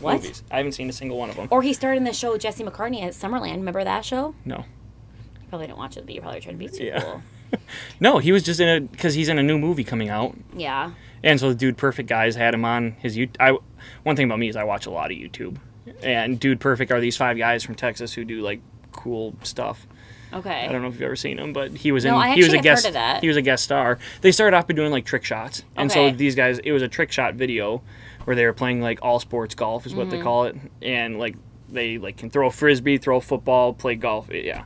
What?
movies. I haven't seen a single one of them.
Or he starred in the show with Jesse McCartney at Summerland. Remember that show?
no.
You probably didn't watch it, but you probably tried to be too
Yeah.
cool.
No, he was just in a because he's in a new movie coming out,
Yeah.
and so the Dude Perfect guys had him on his YouTube. I one thing about me is I watch a lot of YouTube, and Dude Perfect are these five guys from Texas who do like cool stuff.
Okay.
I don't know if you've ever seen him, but he was in.
No, I
he
actually
was a
have
guest.
heard of that.
He was a guest star. They started off by doing like trick shots, and so
Okay.
these guys, it was a trick shot video where they were playing like all sports golf is what
Mm-hmm.
they call it, and like they like can throw a frisbee, throw a football, play golf, yeah.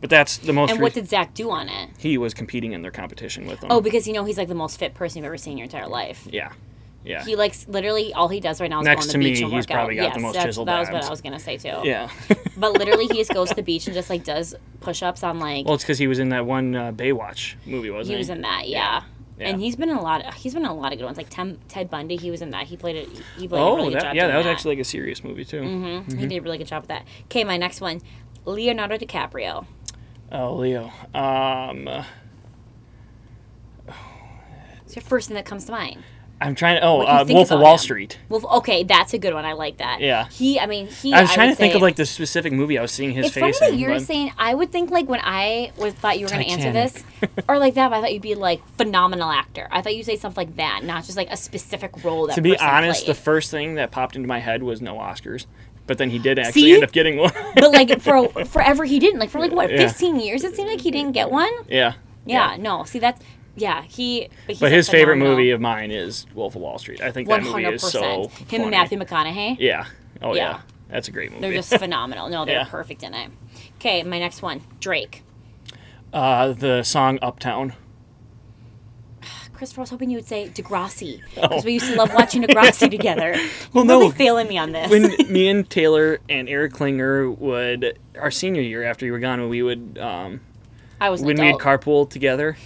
But that's the most.
and what
re-
did Zach do on it?
he was competing in their competition with them?
Oh, because you know he's like the most fit person you've ever seen in your entire life.
yeah, yeah,
He likes literally all he does right now is
Next
go on the
to
beach
me,
and
he's
work out.
probably got
yes,
the most
that's-
chiseled
that was what
abs.
I was gonna say too.
yeah.
But literally, he just goes to the beach and just like does push ups on like
well, it's because he was in that one uh, Baywatch movie, wasn't he?
He was in that, yeah.
Yeah.
And he's been in a lot. Of, he's been in a lot of good ones. Like Tem, Ted Bundy, he was in that. He played it. He played a
Oh,
really good
that,
job.
yeah,
doing
that was actually Mm-hmm. like a serious movie too.
Mhm. He did a really good job with that. Okay, my next one, Leonardo DiCaprio.
Oh, Leo. Um,
It's your first thing that comes to mind.
I'm trying to. Oh,
do you
uh,
think
Wolf of
about
Wall
him?
Street.
Wolf. Okay, that's a good one. I like that.
Yeah.
He. I mean, he.
I was trying
would
to think
say-
of like the specific movie I was seeing his
It's funny
face
that
in,
you're
but-
saying. I would think like when I was thought you were going to answer this,
Titanic.
or like that. But I thought you'd be like phenomenal actor. I thought you'd say something like that, not just like a specific role. That
to be
person
honest,
played.
the first thing that popped into my head was no Oscars, but then he did actually
See?
end up getting one.
but like for forever he didn't. Like for like what
Yeah.
15 years it seemed like he didn't get one.
yeah.
Yeah. No. See that's. Yeah. He. he's
But
a
his favorite
phenomenal-
movie of mine is Wolf of Wall Street. I think that movie
100%.
is so.
Him
funny.
and Matthew McConaughey.
Yeah. Oh yeah.
Yeah.
That's a great movie.
They're just phenomenal. No, they're
Yeah.
perfect in it. Okay, my next one, Drake.
uh, the song Uptown.
Chris, I was hoping you would say Degrassi because we used to love watching Degrassi together. Well,
Oh. no.
really failing me on this.
when me and Taylor and Eric Klinger would our senior year after you were gone, when we would um,
I was an
when we had
adult.
carpool together,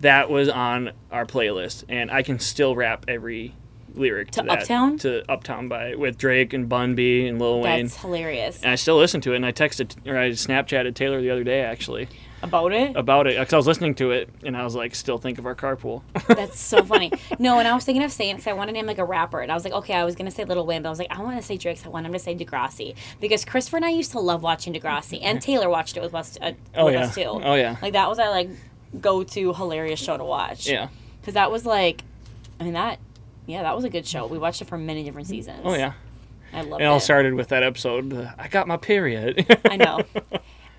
that was on our playlist, and I can still rap every lyric to,
To
that,
Uptown?
to Uptown by with Drake and Bun B and Lil Wayne.
That's hilarious.
and I still listen to it, and I texted or I Snapchatted Taylor the other day actually
About it?
about it because I was listening to it, and I was like, still think of our carpool.
That's so funny. No, and I was thinking of saying because I wanted him like a rapper, and I was like, okay, I was gonna say Little Wayne, but I was like, I want to say Drake's. I want him to say Degrassi because Christopher and I used to love watching Degrassi, and Taylor watched it with us. Uh,
Oh,
with
yeah.
us too.
Oh, yeah.
Like that was our like go-to hilarious show to watch.
yeah.
Because that was like, I mean that, yeah, that was a good show. We watched it for many different seasons.
Oh yeah.
I love
It
it.
all started with that episode. uh, I got my period.
I know.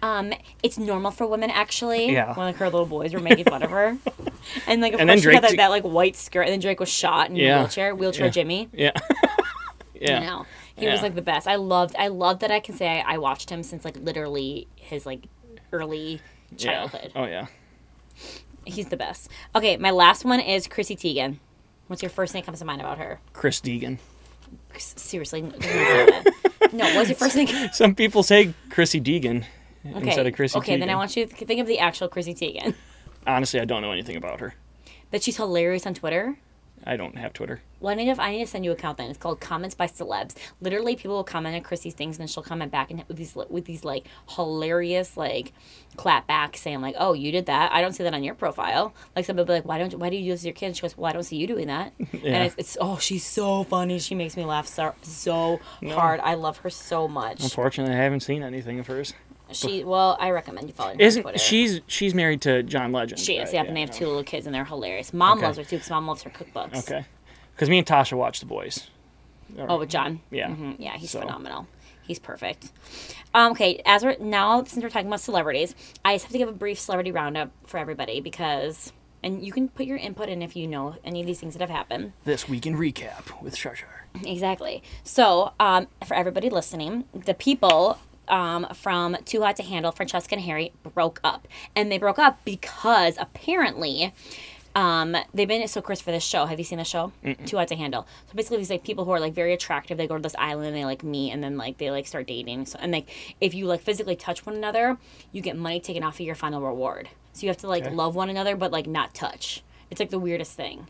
Um, it's normal for women actually.
Yeah.
When like her little boys were making fun of her, and like of
And then
course she
Drake
had that,
t-
that like white skirt, and then Drake was shot in
Yeah.
a wheelchair, wheelchair
Yeah.
Jimmy.
yeah. yeah.
You know, he was
Yeah.
like the best. I loved. I loved that I can say I, I watched him since like literally his like early childhood.
Yeah. Oh yeah.
He's the best. Okay, my last one is Chrissy Teigen. What's your first thing that comes to mind about her?
Chris Deegan.
S- Seriously, don't say that. no. What's your first thing?
Some people say Chrissy Deegan
Okay.
instead of Chrissy
okay, then I
Teigen.
want you to th- think of the actual Chrissy Teigen.
Honestly, I don't know anything about her.
That she's hilarious on Twitter.
I don't have Twitter.
Well, I need, to, I need to send you an account then. It's called Comments by Celebs. Literally, people will comment on Chrissy's things, and then she'll comment back and with these with these like hilarious like clap back saying like, "Oh, you did that. I don't see that on your profile." Like somebody will be like, "Why don't why do you do this to your kids?" She goes, "Well, I don't see you doing that." And it's, it's oh, she's so funny. She makes me laugh so, so hard. I love her so much.
Unfortunately, I haven't seen anything of hers.
She well, I recommend you follow her. on Twitter.
Isn't she's she's married to John Legend?
She is.
right?
Yep, and they have two little kids, and they're hilarious. Mom
Okay.
loves her too, because mom loves her cookbooks.
Okay. Because me and Tasha watched The Boys.
Oh, with John.
Yeah.
Mhm. Yeah, he's
Mm-hmm. So-
phenomenal. He's perfect. Um, okay, as we're now since we're talking about celebrities, I just have to give a brief celebrity roundup for everybody because, and you can put your input in if you know any of these things that have happened.
This week in recap with Shar Shar.
Exactly. So, um, for everybody listening, the people um, from Too Hot to Handle, Francesca and Harry, broke up. And they broke up because apparently. Um, they've been so Chris for this show. Have you seen the show? Too Hot to Handle. So basically, these like people who are like very attractive. They go to this island and they like meet, and then like they like start dating. So and like if you like physically touch one another, you get money taken off of your final reward. So you have to like love one another, but like not touch. It's like the weirdest thing.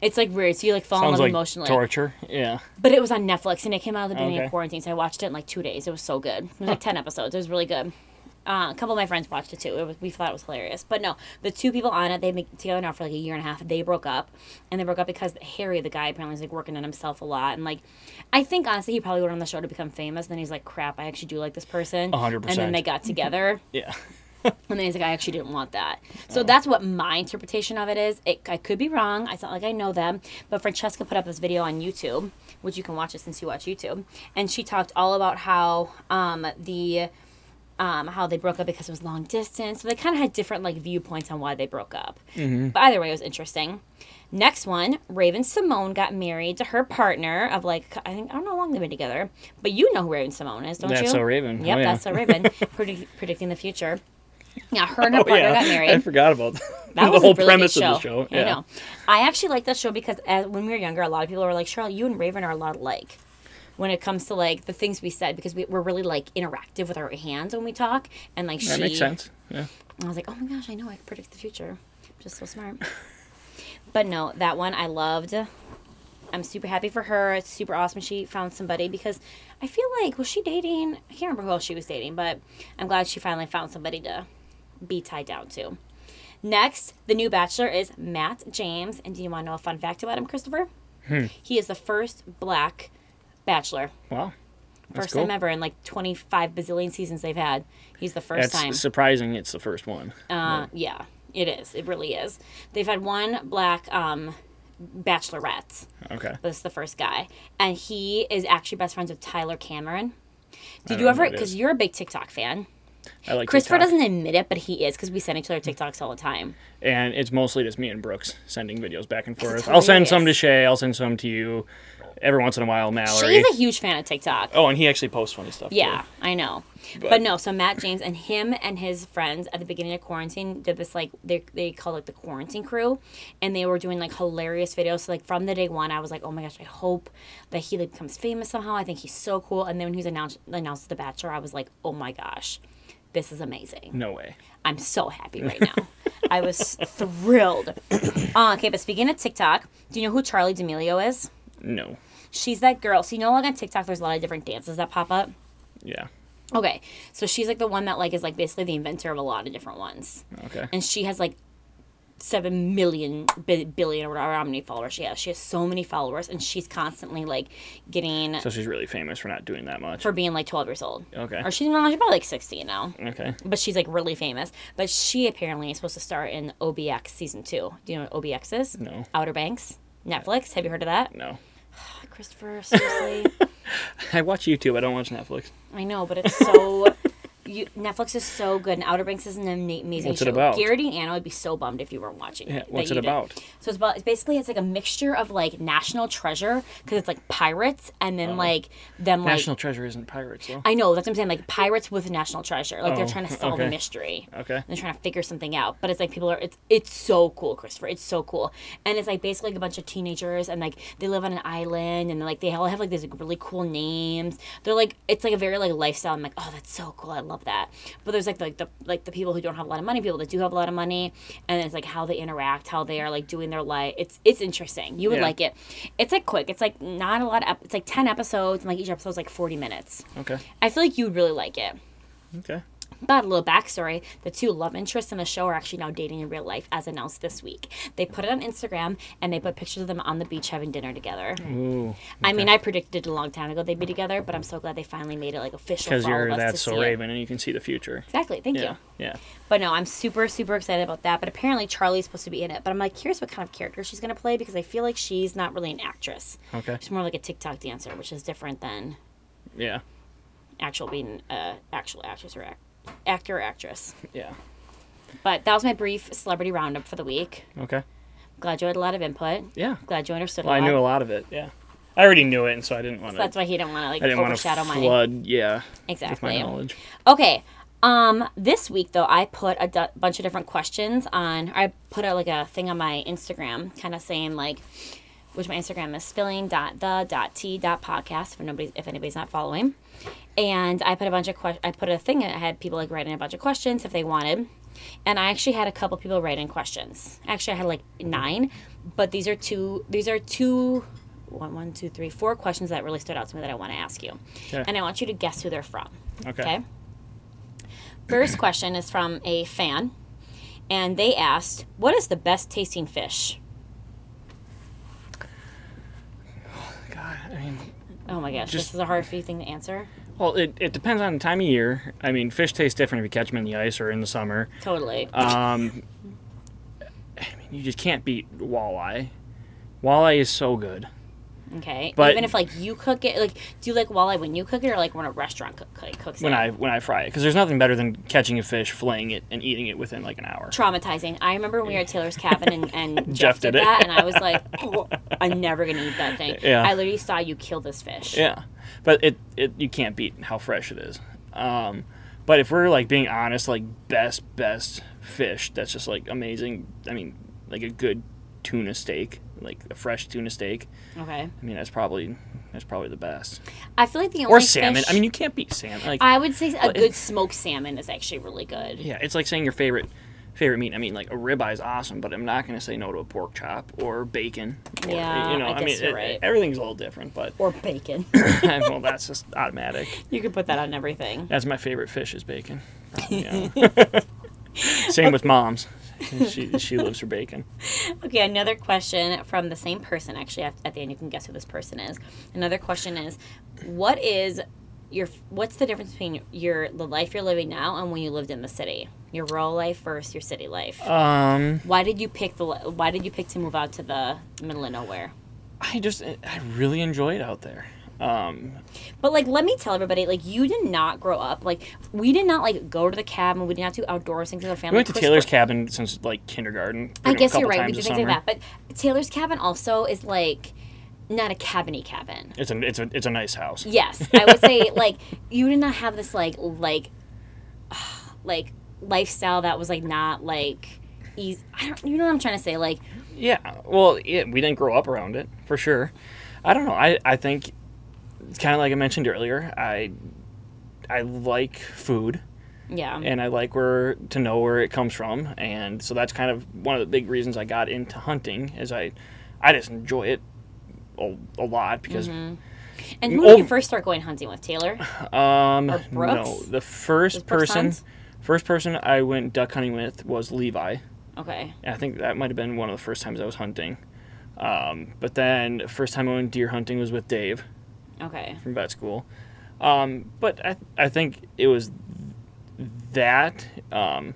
It's like weird. So you like fall in
Sounds
love
like
emotionally.
torture. Yeah.
But it was on Netflix and it came out at the beginning
Okay.
of quarantine, so I watched it in like two days. It was so good. It was like 10 episodes. It was really good. Uh, a couple of my friends watched it too. It was, we thought it was hilarious. But no, the two people on it, they've been together now for like a year and a half. They broke up. And they broke up because Harry, the guy, apparently is like working on himself a lot. And like, I think honestly, he probably went on the show to become famous. And then he's like, crap, I actually do like this person.
100%.
And then they got together.
Yeah.
And then he's like, I actually didn't want that.
Oh.
So that's what my interpretation of it is. It, I could be wrong. It's not like I know them. But Francesca put up this video on YouTube, which you can watch it since you watch YouTube. And she talked all about how um, the. Um, how they broke up because it was long distance. So they kind of had different like viewpoints on why they broke up.
Mm-hmm.
But either way, it was interesting. Next one, Raven Simone got married to her partner of like I think I don't know how long they've been together, but you know who Raven Simone is, don't
That's
you?
So Raven.
Yep,
Oh, yeah.
that's so Raven predict, predicting the future. Yeah, her and her
Oh,
partner
yeah.
got married.
I forgot about that.
that
the
was
whole
a really
premise
good show.
of the show.
I know. I actually like that show because as, when we were younger, a lot of people were like, "Cheryl, you and Raven are a lot alike." When it comes to like the things we said, because we, we're really like interactive with our hands when we talk, and like
That
she,
makes sense. Yeah.
I was like, oh my gosh, I know I can predict the future. I'm just so smart. but no, that one I loved. I'm super happy for her. It's super awesome she found somebody because I feel like was she dating? I can't remember who else she was dating, but I'm glad she finally found somebody to be tied down to. Next, the new bachelor is Matt James. And do you want to know a fun fact about him, Christopher?
Hmm.
He is the first black bachelor.
Wow. That's
First
cool.
time ever in like 25 bazillion seasons they've had. He's the first
That's
time.
surprising. It's the first one.
Uh, yeah, it is. It really is. They've had one black um, bachelorette.
Okay.
This is the first guy, and he is actually best friends with Tyler Cameron. Did
don't
you
know
ever?
who that
Because
is.
you're a big TikTok fan.
I like
Christopher
TikTok.
doesn't admit it, but he is because we send each other TikToks all the time.
and it's mostly just me and Brooks sending videos back and
it's
forth. I'll send some to
hilarious.
Shay. I'll send some to you. Every once in a while, Mallory.
She's a huge fan of TikTok.
oh, and he actually posts funny stuff. too.
Yeah, I know. But, no, so Matt James and him and his friends at the beginning of quarantine did this like they they called it the quarantine crew, and they were doing like hilarious videos. So like from the day one, I was like, oh my gosh, I hope that he like, becomes famous somehow. I think he's so cool. And then when he was announced announced The Bachelor, I was like, oh my gosh, this is amazing.
No way.
I'm so happy right now. I was thrilled. Uh, okay, but speaking of TikTok, do you know who Charlie D'Amelio is?
No.
She's that girl. So you know, like on TikTok, there's a lot of different dances that pop up.
Yeah.
Okay, so she's like the one that like is like basically the inventor of a lot of different ones,
Okay.
and she has like seven million bi- billion or whatever how many followers she has. She has so many followers, and she's constantly like getting
so she's really famous for not doing that much.
for being like twelve years old.
Okay.
or she's, well, she's probably like sixteen now,
okay.
but she's like really famous. But she apparently is supposed to star in OBX season two. Do you know what OBX is?
No.
Outer Banks, Netflix. Have you heard of that?
No.
Christopher, seriously.
I watch YouTube. I don't watch Netflix.
I know, but it's so. you, Netflix is so good, and Outer Banks is an ama- amazing
What's it
show.
about?
Garrity and Anna would be so bummed if you weren't watching
Yeah,
it. that
what's
you
it
didn't.
about?
So it's about it's basically it's like a mixture of like National Treasure because it's like pirates and then like them like
Oh. National Treasure isn't pirates, though.
I know that's what I'm saying like pirates with National Treasure like they're
Oh,
trying to solve a
okay.
mystery.
okay.
And they're trying to figure something out. But it's like people are it's it's so cool, Christopher. It's so cool. And it's like basically like a bunch of teenagers and like they live on an island and like they all have like these like, really cool names. They're like it's like a very like lifestyle. I'm like, oh that's so cool. I love that. But there's like the, like the like the people who don't have a lot of money, people that do have a lot of money, and it's like how they interact, how they are like doing their life. It's it's interesting. You would
Yeah.
like it. It's like quick. It's like not a lot of ep- it's like ten episodes and like each episode's like forty minutes.
Okay.
I feel like you would really like it.
Okay.
But a little backstory the two love interests in the show are actually now dating in real life, as announced this week. They put it on Instagram and they put pictures of them on the beach having dinner together.
Ooh.
I mean, I predicted a long time ago they'd be together, but I'm so glad they finally made it like official
Because
for all
you're
of us to
that's
see.
so
it.
Raven, and you can see the future.
Exactly, thank
Yeah.
you.
Yeah.
But no, I'm super, super excited about that. But apparently, Charlie's supposed to be in it. But I'm like curious what kind of character she's going to play because I feel like she's not really an actress.
Okay.
She's more like a TikTok dancer, which is different than
Yeah.
actual being uh, actual actress or act- actor or actress.
Yeah.
But that was my brief celebrity roundup for the week.
Okay.
Glad you had a lot of input.
Yeah.
Glad you understood
Well,
a
I
lot.
knew a lot of it. Yeah. I already knew it, and so I didn't want to.
That's why he didn't want to like
I didn't want
overshadow
to
my
flood. Yeah. With my
exactly.
knowledge.
Okay. Um, this week though, I put a du- bunch of different questions on. I put a, like a thing on my Instagram, kind of saying like, which my Instagram is spilling dot the dot t dot podcast. If nobody's if anybody's not following, and I put a bunch of que- I put a thing. I had people like write in a bunch of questions if they wanted, and I actually had a couple people write in questions. Actually, I had like nine, but these are two. These are two. One, one, two, three, four questions that really stood out to me that I want to ask you,
Okay.
and I want you to guess who they're from.
Okay.
Okay. First question is from a fan, and they asked, "What is the best tasting fish?"
God, I mean,
Oh my gosh, this
Just-
is a hard for you thing to answer.
well, it, it depends on the time of year. I mean, fish taste different if you catch them in the ice or in the summer.
Totally.
Um, I mean, you just can't beat walleye. Walleye is so good.
okay.
but-
Even if like you cook it, like do you like walleye when you cook it, or like when a restaurant cook, cook, cooks
when
it?
I when I fry it because there's nothing better than catching a fish, filleting it, and eating it within like an hour.
Traumatizing. I remember when we were at Taylor's cabin and, and Jeff,
Jeff
did,
did it.
that, and I was like, "Oh, "I'm never gonna eat that thing."
Yeah.
I literally saw you kill this fish.
Yeah, but it, it you can't beat how fresh it is. Um, but if we're like being honest, like best best fish that's just like amazing. I mean, like a good tuna steak, like a fresh tuna steak.
Okay.
I mean, that's probably that's probably the best.
I feel like the only
Or salmon.
fish-
I mean, you can't beat salmon. Like
I would say a good smoked salmon is actually really good.
yeah, it's like saying your favorite favorite meat. I mean, like a ribeye is awesome, but I'm not gonna say no to a pork chop or bacon. Or,
Yeah, I guess
mean,
you're right.
everything's a little different, but
Or bacon.
well, that's just automatic.
you could put that on everything.
That's my favorite fish is bacon. Probably, yeah. Same with mom's. she she loves her bacon.
Okay, another question from the same person. Actually, at at the end, you can guess who this person is. Another question is, what is your what's the difference between your the life you're living now and when you lived in the city? Your rural life versus your city life.
Um,
why did you pick the li- Why did you pick to move out to the middle of nowhere?
I just I really enjoy it out there. Um,
But like, let me tell everybody, like, you did not grow up like we did not like go to the cabin. We did not do outdoors things with our family.
we went to
Chris-
Taylor's cabin since like kindergarten.
I
you know,
guess
couple
you're right. We
times
do
a
things like
summer.
that. But Taylor's cabin also is like not a cabiny cabin.
It's a it's a it's a nice house.
Yes, I would say like you did not have this like like like lifestyle that was like not like easy. I don't. You know what I'm trying to say? Like
Yeah. Well, yeah, we didn't grow up around it for sure. I don't know. I I think it's kind of like I mentioned earlier. I I like food.
yeah.
and I like where to know where it comes from, and so that's kind of one of the big reasons I got into hunting is I, I just enjoy it a, a lot because
and who did you
oh.
first start going hunting with? Taylor.
um
Or Brooks?
no the
Does
first
Brooks
person
hunt?
first person I went duck hunting with was Levi,
Okay.
and I think that might have been one of the first times I was hunting, um, but then the first time I went deer hunting was with Dave
Okay.
from vet school, um, but I I think it was that. Um,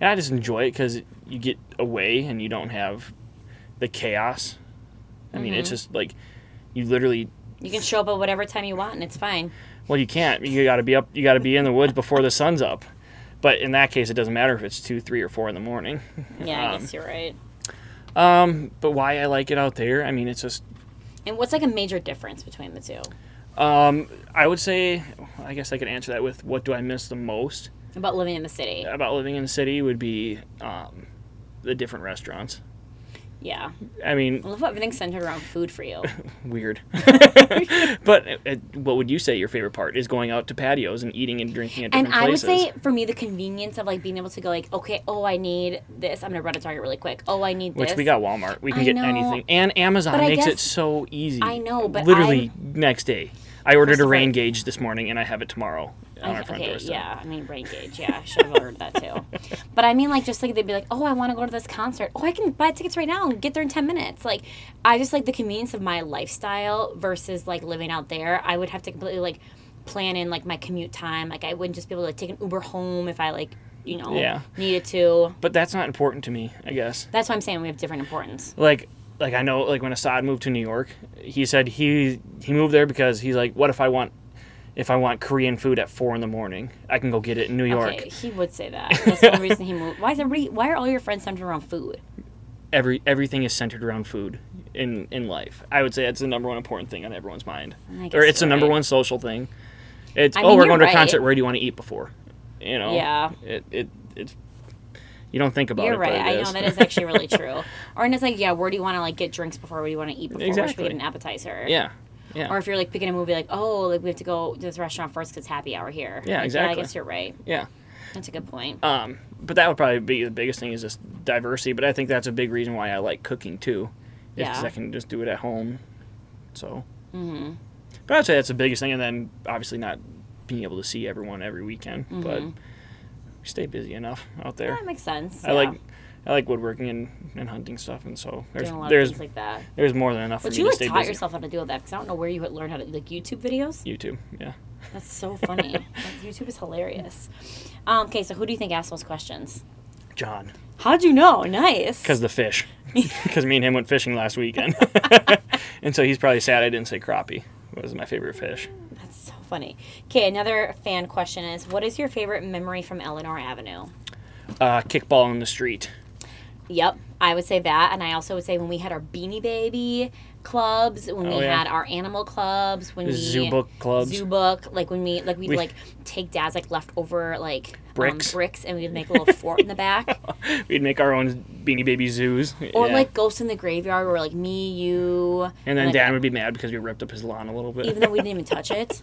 and I just enjoy it because you get away and you don't have the chaos. I mean, it's just like you literally.
You can show up at whatever time you want, and it's fine.
Well, you can't. You got to be up. You got to be in the woods before the sun's up. But in that case, it doesn't matter if it's two, three, or four in the morning.
Yeah, I
Um,
guess you're right.
Um, but why I like it out there, I mean, it's just.
And what's like a major difference between the two?
Um, I would say, I guess I could answer that with what do I miss the most
About living in the city.
about living in the city would be um, the different restaurants.
Yeah.
I mean,
I love how everything's centered around food for you.
weird. but uh, what would you say your favorite part is going out to patios and eating and drinking at different
and I would
places?
say for me the convenience of like being able to go like, okay, oh I need this. I'm gonna run to Target really quick. Oh I need
which
this.
we got Walmart. We can
I
get
know.
anything. And Amazon
But I
makes it
guess-
so easy.
I know, but
literally next day. I ordered a
Christopher-
rain gauge this morning and I have it tomorrow on
Okay,
our front
okay,
doorstep.
yeah. I mean rain gauge, yeah. I should have ordered that too. But I mean like just like they'd be like, Oh, I wanna go to this concert. Oh, I can buy tickets right now and get there in ten minutes. Like I just like the convenience of my lifestyle versus like living out there. I would have to completely like plan in like my commute time. Like I wouldn't just be able to take an Uber home if I like, you know,
Yeah.
needed to.
But that's not important to me, I guess.
That's why I'm saying we have different importance.
Like like I know like when Assad moved to New York, he said he he moved there because he's like, What if I want if I want Korean food at four in the morning, I can go get it in New York.
Okay, he would say that. That's the only reason he moved. Why is every, Why are all your friends centered around food?
every everything is centered around food in in life. I would say that's the number one important thing on everyone's mind,
I guess
or it's the
you're
number
right.
one social thing. It's
I
oh,
mean,
we're
you're
going to a
right.
concert. Where do you want to eat before? You know,
Yeah.
It it it's you don't think about
You're
it.
right.
but it
I know
is.
that is actually really true. Or and it's like, yeah, where do you want to like get drinks before? Where do you want to eat before? Where should we
Exactly.
get an appetizer?
yeah, yeah,
Or if you're like picking a movie, like oh, like we have to go to this restaurant first because happy hour here.
Yeah,
Like, I
exactly.
guess you're right.
yeah.
That's a good point.
Um, but that would probably be the biggest thing is just diversity. But I think that's a big reason why I like cooking too, is because
Yeah. Mm-hmm.
I can just do it at home. So, but I'd say that's the biggest thing. And then obviously not being able to see everyone every weekend, but
Mm-hmm.
we stay busy enough out there.
that makes sense.
I
yeah.
like I like woodworking and, and hunting stuff, and so there's
doing a lot of
there's
things like that.
there's more than enough for
But
me
you
to
like
stay
taught
busy.
yourself how to do all that because I don't know where you had learned how to like YouTube videos.
YouTube, yeah.
That's so funny. Like, YouTube is hilarious. Um, okay, so who do you think asked those questions?
John,
How'd you know? Nice.
because the fish, because me and him went fishing last weekend, and so he's probably sad I didn't say crappie. Was my favorite fish.
That's so funny. Okay, another fan question is what is your favorite memory from Eleanor Avenue?
Uh, kickball in the street.
Yep, I would say that. And I also would say when we had our Beanie Baby clubs, when
Oh,
we
yeah.
had our animal clubs, when we.
zoo book clubs.
Zoo book, like when we like we'd
We-
like take dad's like leftover like
Bricks.
um, bricks and we'd make a little fort in the back.
We'd make our own Beanie Baby zoos.
Or
yeah.
like ghosts in the graveyard where like me, you
and then
like,
Dan would be mad because we ripped up his lawn a little bit.
even though we didn't even touch it.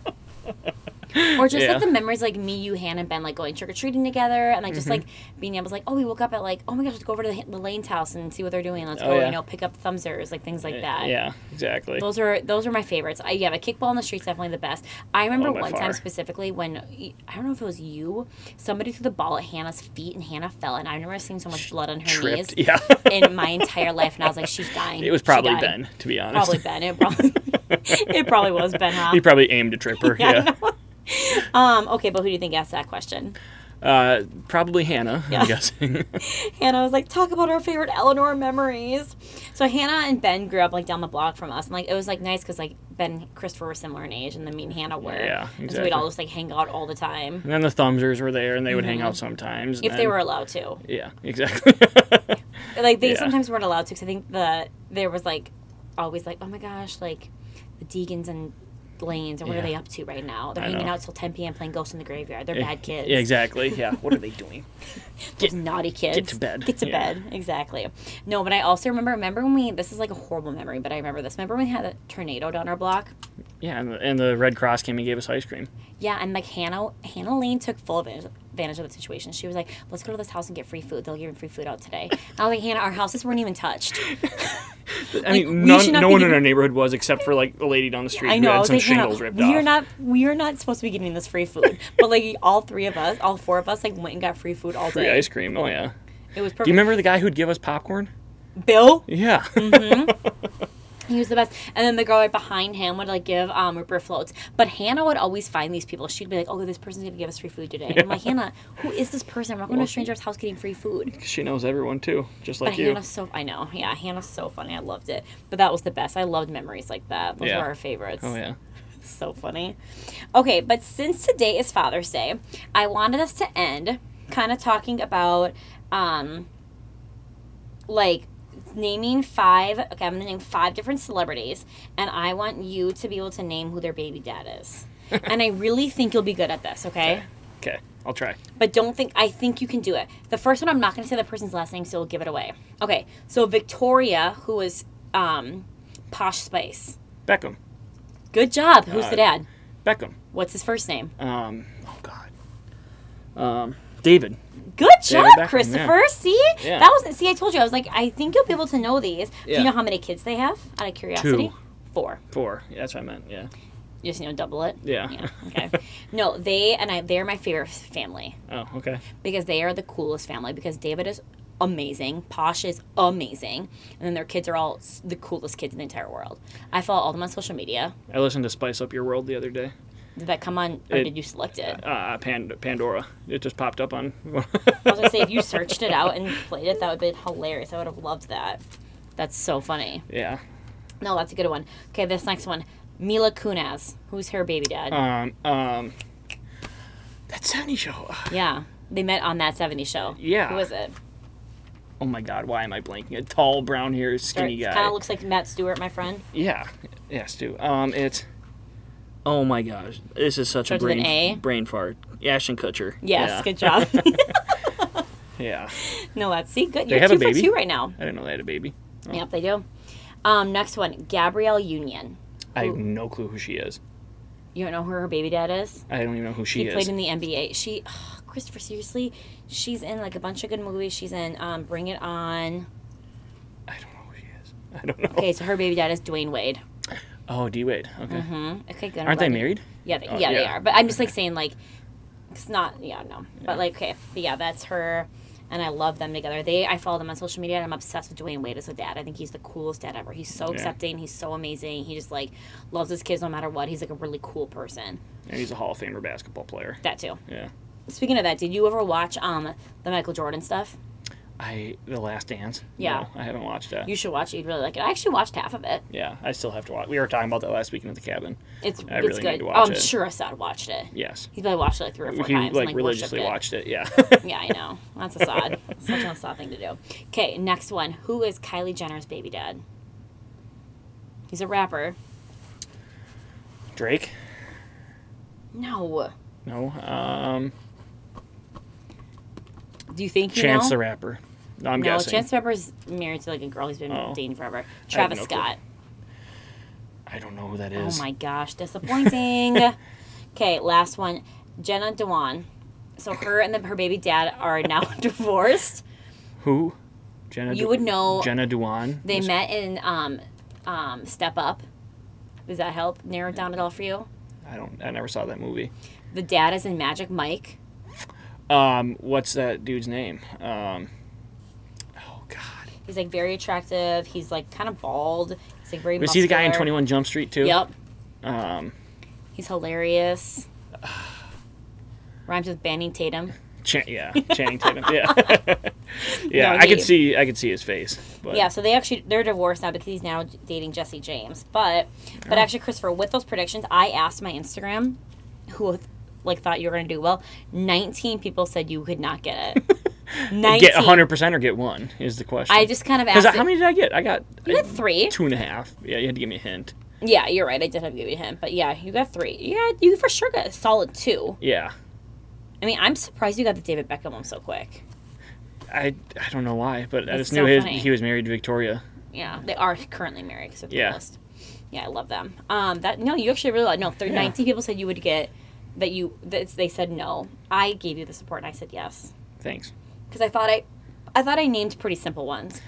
Or just
Yeah.
like the memories, like me, you, Hannah, and Ben, like going trick or treating together, and like just
Mm-hmm.
like being able to like, oh, we woke up at like, oh my gosh, let's go over to the, the Lane's house and see what they're doing. Let's
Oh,
go,
yeah.
you know, pick up thumbsers, like things like that.
Yeah, exactly.
Those are those are my favorites. I, yeah, but kickball in the streets definitely the best. I remember
Oh, by
one
far.
time specifically when I don't know if it was you, somebody threw the ball at Hannah's feet and Hannah fell, and I remember seeing so much blood on her
Tripped.
knees
Yeah.
in my entire life, and I was like, she's dying.
it was
She
probably
died.
Ben, to be honest.
Probably Ben. It probably it probably was Ben. Huh?
he probably aimed to trip her.
I
yeah.
know. um, okay, but who do you think asked that question?
Uh, probably Hannah,
Yeah.
I'm guessing.
Hannah was like, talk about our favorite Eleanor memories. So Hannah and Ben grew up like down the block from us, and like it was like nice because like Ben and Christopher were similar in age, and then me and Hannah were.
Yeah,
And so we'd all
exactly.
just like hang out all the time
and then the Thumbsers were there, and they would hang out sometimes.
Mm-hmm. if
and
they
then-
were allowed to.
Yeah, exactly.
Like they
Yeah.
sometimes weren't allowed to because I think the there was like always like oh my gosh like the Deegans and Lanes or what
Yeah.
are they up to right now? They're
I
hanging
know. Eh,
out till 10 p.m. playing Ghosts in the Graveyard. They're bad kids.
Yeah, exactly. Yeah. What are they doing?
Those naughty kids.
to bed.
Get to
Yeah.
bed. Exactly. No, but I also remember. Remember when we? This is like a horrible memory, but I remember this. Remember when we had a tornado down our block?
Yeah, and the, and the Red Cross came and gave us ice cream.
Yeah, and like Hannah, Hannah Lane took full advantage, advantage of the situation. She was like, "Let's go to this house and get free food. They'll give free food out today." And I was like, "Hannah, our houses weren't even touched."
I mean,
we
none,
should not
no
be
one in
getting-
our neighborhood was except for like the lady down the street
I
who
know. I
had
was
some
like,
shingles
Hannah,
ripped
we
off.
are not, we are not supposed to be getting this free food. but like, all three of us, all four of us, like went and got free food all
Free
day.
ice cream. Oh yeah.
It was
Do
perfect.
you remember the guy who'd give us popcorn?
Bill?
Yeah.
Hmm. He was the best. And then the girl right behind him would like give um Ripper floats. But Hannah would always find these people. She'd be like, Oh, this person's gonna give us free food today. And I'm like, Hannah, who is this person? We're not going to a stranger's house getting free food.
she knows everyone too, just
But
like you.
Hannah's so I know, yeah, Hannah's so funny. I loved it. But that was the best. I loved memories like that. Those
Yeah.
were our favorites.
Oh yeah.
So funny. Okay, but since today is Father's Day, I wanted us to end kind of talking about um like naming five okay, I'm gonna name five different celebrities and I want you to be able to name who their baby dad is. and I really think you'll be good at this, okay?
Okay, I'll try.
But don't think I think you can do it. The first one I'm not gonna say the person's last name, so we'll give it away. Okay, so Victoria, who is um Posh Spice.
Beckham.
Good job. Who's the
Uh,
dad?
Beckham.
What's his first name?
Um. Oh God. Um. David.
Good job,
Beckham,
Christopher. See,
Yeah.
that was see. I told you. I was like, I think you'll be able to know these. Do
Yeah.
you know how many kids they have? Out of curiosity,
Two.
four.
Four. Yeah, that's what I meant. Yeah.
You just you know double it.
Yeah.
Okay. no, they and I. They're my favorite family
Oh. Okay.
because they are the coolest family. Because David is amazing, Posh is amazing, and then their kids are all s- the coolest kids in the entire world. I follow all of them on social media.
I listened to Spice Up Your World the other day.
Did that come on, or
It-
did you select it?
Uh, Pand- Pandora. It just popped up on.
I was gonna say if you searched it out and played it, that would have been hilarious. I would have loved that. That's so funny.
yeah.
No, that's a good one. Okay, this next one. Mila Kunis, who's her baby dad.
Um. Um. That Sunny Show.
yeah. They met on that 70s show.
Yeah.
Who is it?
Oh my God. Why am I blanking? A tall, brown haired, skinny guy.
Kind of looks like Matt Stewart, my friend.
Yeah. Yeah, Stu. Um, it's. Oh my gosh, this is such
Starts
a
with
brain
an A?
brain fart. Ashton Kutcher.
Yes,
Yeah.
good job.
Yeah.
no, let's see. Good.
have
two
a
for
baby? Oh.
two right now.
I didn't know they had a baby.
Yep, they do. Um, next one, Gabrielle Union.
I have no clue who she is.
You don't know who her baby dad is?
I don't even know who she
He
is.
played in the NBA. She, ugh, Christopher, seriously, she's in like a bunch of good movies. She's in um, Bring It On.
Oh. I don't know who she is. I don't know.
Okay, so her baby dad is Dwayne Wade. Mm-hmm.
Oh, D Wade. Okay.
Uh-huh. Okay, good. I'm glad
Aren't they
you-
married?
Yeah, they,
Oh,
yeah, they
yeah.
are. But I'm just like saying, like, it's not, yeah, no. But like, okay, but yeah, that's her, and I love them together. They, I follow them on social media, and I'm obsessed with Dwayne Wade as a dad. I think he's the coolest dad ever. He's so accepting. He's so amazing. He just like loves his kids no matter what. He's like a really cool person.
And he's a Hall of Famer basketball player.
That too.
Yeah.
Speaking of that, did you ever watch um the Michael Jordan stuff?
I The Last Dance.
Yeah.
No, I haven't watched that.
You should watch it. You'd really like it. I actually watched half of it.
yeah, I still have to watch. We were talking about that last weekend at the cabin.
It's
I
it's
really need
good.
to watch
oh, I'm
it.
sure Assad watched it.
Yes.
He's probably watched it like three or four
He
times. and,
like,
worshipped
religiously
it.
watched it. Yeah.
Yeah, I know. That's a sod. Such a sod thing to do. Okay, next one. Who is Kylie Jenner's baby dad? He's a rapper.
Drake.
No.
No. Um,
Do you think you
Chance
know?
the Rapper. No, I'm
no,
guessing.
Chance the Rapper's married to like a girl he's been
Oh.
dating forever. Travis
no clue.
Scott.
I don't know who that
Oh
is.
my gosh, disappointing. Okay, last one. Jenna Dewan. So her and the, her baby dad are now divorced.
Who? Jenna.
You would know-
Jenna Dewan.
They
was-
met in um, um, Step Up. Does that help narrow it down at all for you?
I don't. I never saw that movie.
The dad is in Magic Mike.
Um, what's that dude's name? Um, oh God.
He's like very attractive. He's like kind of bald. He's like very.
Was he the guy in Twenty
muscular.
One Jump Street too?
Yep.
Um,
He's hilarious. Rhymes with Banning Tatum.
Chan- yeah, Channing Tatum. Yeah, yeah.
No,
I could
he-
see. I could see his face. But
Yeah, so they actually they're divorced now because he's now dating Jesse James. But
Oh.
but actually, Christopher, with those predictions, I asked my Instagram, who like thought you were gonna do well. Nineteen people said you could not get it. Nineteen.
Get hundred percent or get one is the question.
I just kind of
Cause
asked.
I-
it-
how many did I get? I got
You got
I-
three.
two and a half. Yeah, you had to give me a hint.
Yeah, you're right. I did have to give you a hint, but yeah, you got three. Yeah, you for sure got a solid two.
Yeah,
I mean, I'm surprised you got the David Beckham one so quick.
I, I don't know why, but I
That's
just
so
knew his,
funny.
he was married to Victoria.
Yeah, they are currently married. Cause
Yeah.
yeah. Yeah, I love them. Um, that no, you actually really no. There,
Yeah.
nineteen people said you would get that. You that they said no. I gave you the support and I said yes
Thanks.
because I thought I, I thought I named pretty simple ones,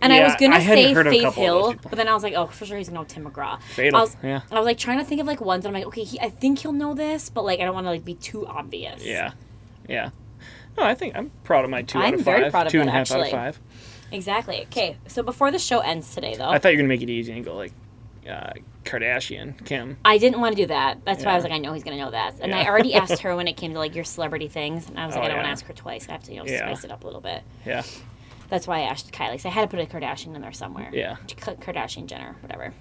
and I
Yeah,
was gonna
I hadn't
say
heard of a
Faith
couple of those
Hill,
people.
but then I was like, oh, for sure he's gonna know Tim McGraw.
Fatal,
I was,
yeah.
I was like trying to think of like ones, and I'm like, okay, he, I think he'll know this, but like I don't want to like be too obvious.
Yeah, yeah. No, I think I'm proud of my 2 out
I'm
of
very
five.
proud of
Two
it,
and a half
actually.
out of five.
Exactly. Okay, so before the show ends today, though,
I thought you were gonna make it easy and go like uh, Kardashian Kim.
I didn't want to do that. That's why I was
Yeah.
like, I know he's gonna know that, and I
Yeah.
already asked her when it came to like your celebrity things, and I was like,
Oh,
I don't want to
yeah.
ask her twice. I have to you know
Yeah.
spice it up a little bit.
Yeah,
That's why I asked Kylie. So I had to put a Kardashian in there somewhere.
Yeah.
K- Kardashian Jenner, whatever.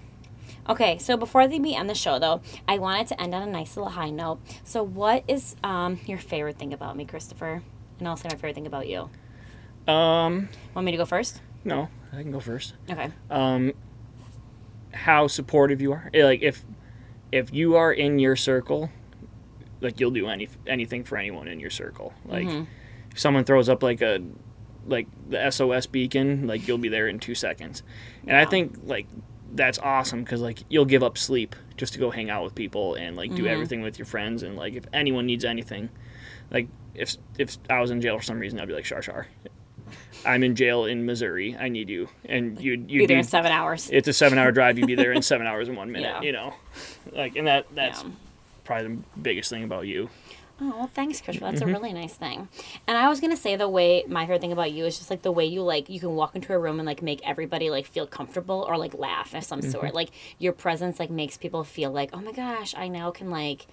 Okay, so before they- we end the show though, I wanted to end on a nice little high note. So, what is um, your favorite thing about me, Christopher? And I'll say my favorite thing about you.
Um,
Want me to go first?
no, I can go first.
Okay.
um, how supportive you are. Eh, Like if if you are in your circle, like you'll do any anything for anyone in your circle. Like
Mm-hmm.
if someone throws up like a like the SOS beacon, like you'll be there in two seconds. And I
Yeah.
think like that's awesome because like you'll give up sleep just to go hang out with people and like
Mm-hmm.
do everything with your friends and like if anyone needs anything, like if if I was in jail for some reason, I'd be like Shar Shar. I'm in jail in Missouri. I need you, and you'd you'd
Be there
be
in seven hours.
it's a seven hour drive you'd be there in seven hours and one minute
Yeah.
you know like and that that's
Yeah.
probably the biggest thing about you
Oh, well, thanks, Christopher. That's a really nice thing. And I was gonna say the way my favorite thing about you is just like the way you like you can walk into a room and like make everybody like feel comfortable or like laugh of some sort. Like your presence like makes people feel like, oh my gosh, I now can like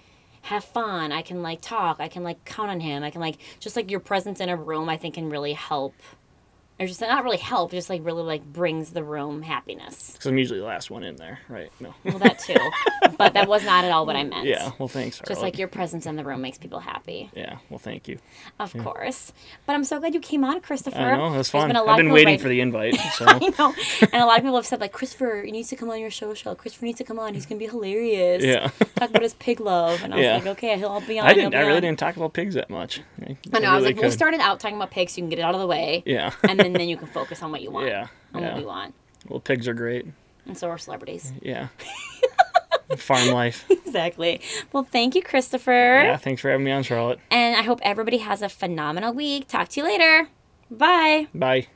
have fun. I can like talk. I can like count on him. I can like just like your presence in a room. I think can really help, or just not really help, just like really like brings the room happiness.
because i'm usually the last one in there right no
Well, that too, but that was not at all what I meant.
yeah well thanks
Just
Harlan.
like your presence in the room makes people happy.
yeah well thank you
Of course. But I'm so glad you came on, Christopher.
i know that's
There's
fun
a lot
i've
of people
been waiting
writing-
for the invite so
I know. And a lot of people have said, like, Christopher he needs to come on your show show. Christopher needs to come on. He's going to be hilarious.
yeah
Talk about his pig love. And I was
Yeah.
like, okay, he'll I'll be on.
i
he'll
didn't
be
i really
on.
didn't talk about pigs that much i,
I know. I, was
really
like, we'll
could.
start it out talking about pigs so you can get it out of the way.
yeah
and then, then you can focus on what you want.
yeah
On what
yeah
we want.
well pigs are great
And so are celebrities.
yeah farm life
Exactly. Well, thank you, Christopher.
yeah thanks for having me on charlotte
And I hope everybody has a phenomenal week. Talk to you later. Bye.
bye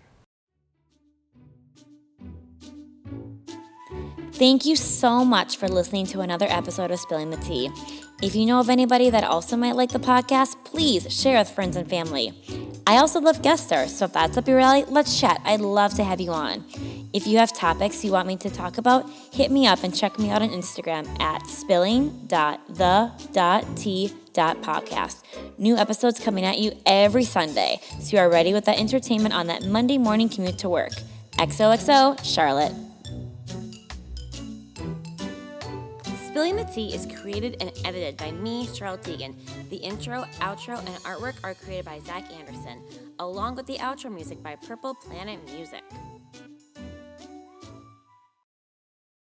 Thank you so much for listening to another episode of Spilling the Tea. If you know of anybody that also might like the podcast, please share with friends and family. I also love guest stars, so if that's up your alley, let's chat. I'd love to have you on. If you have topics you want me to talk about, hit me up and check me out on Instagram at spilling.the.t.podcast. New episodes coming at you every Sunday, so you are ready with that entertainment on that Monday morning commute to work. XOXO, Charlotte. Spilling the Tea is created and edited by me, Charlotte Deegan. The intro, outro, and artwork are created by Zach Anderson, along with the outro music by Purple Planet Music.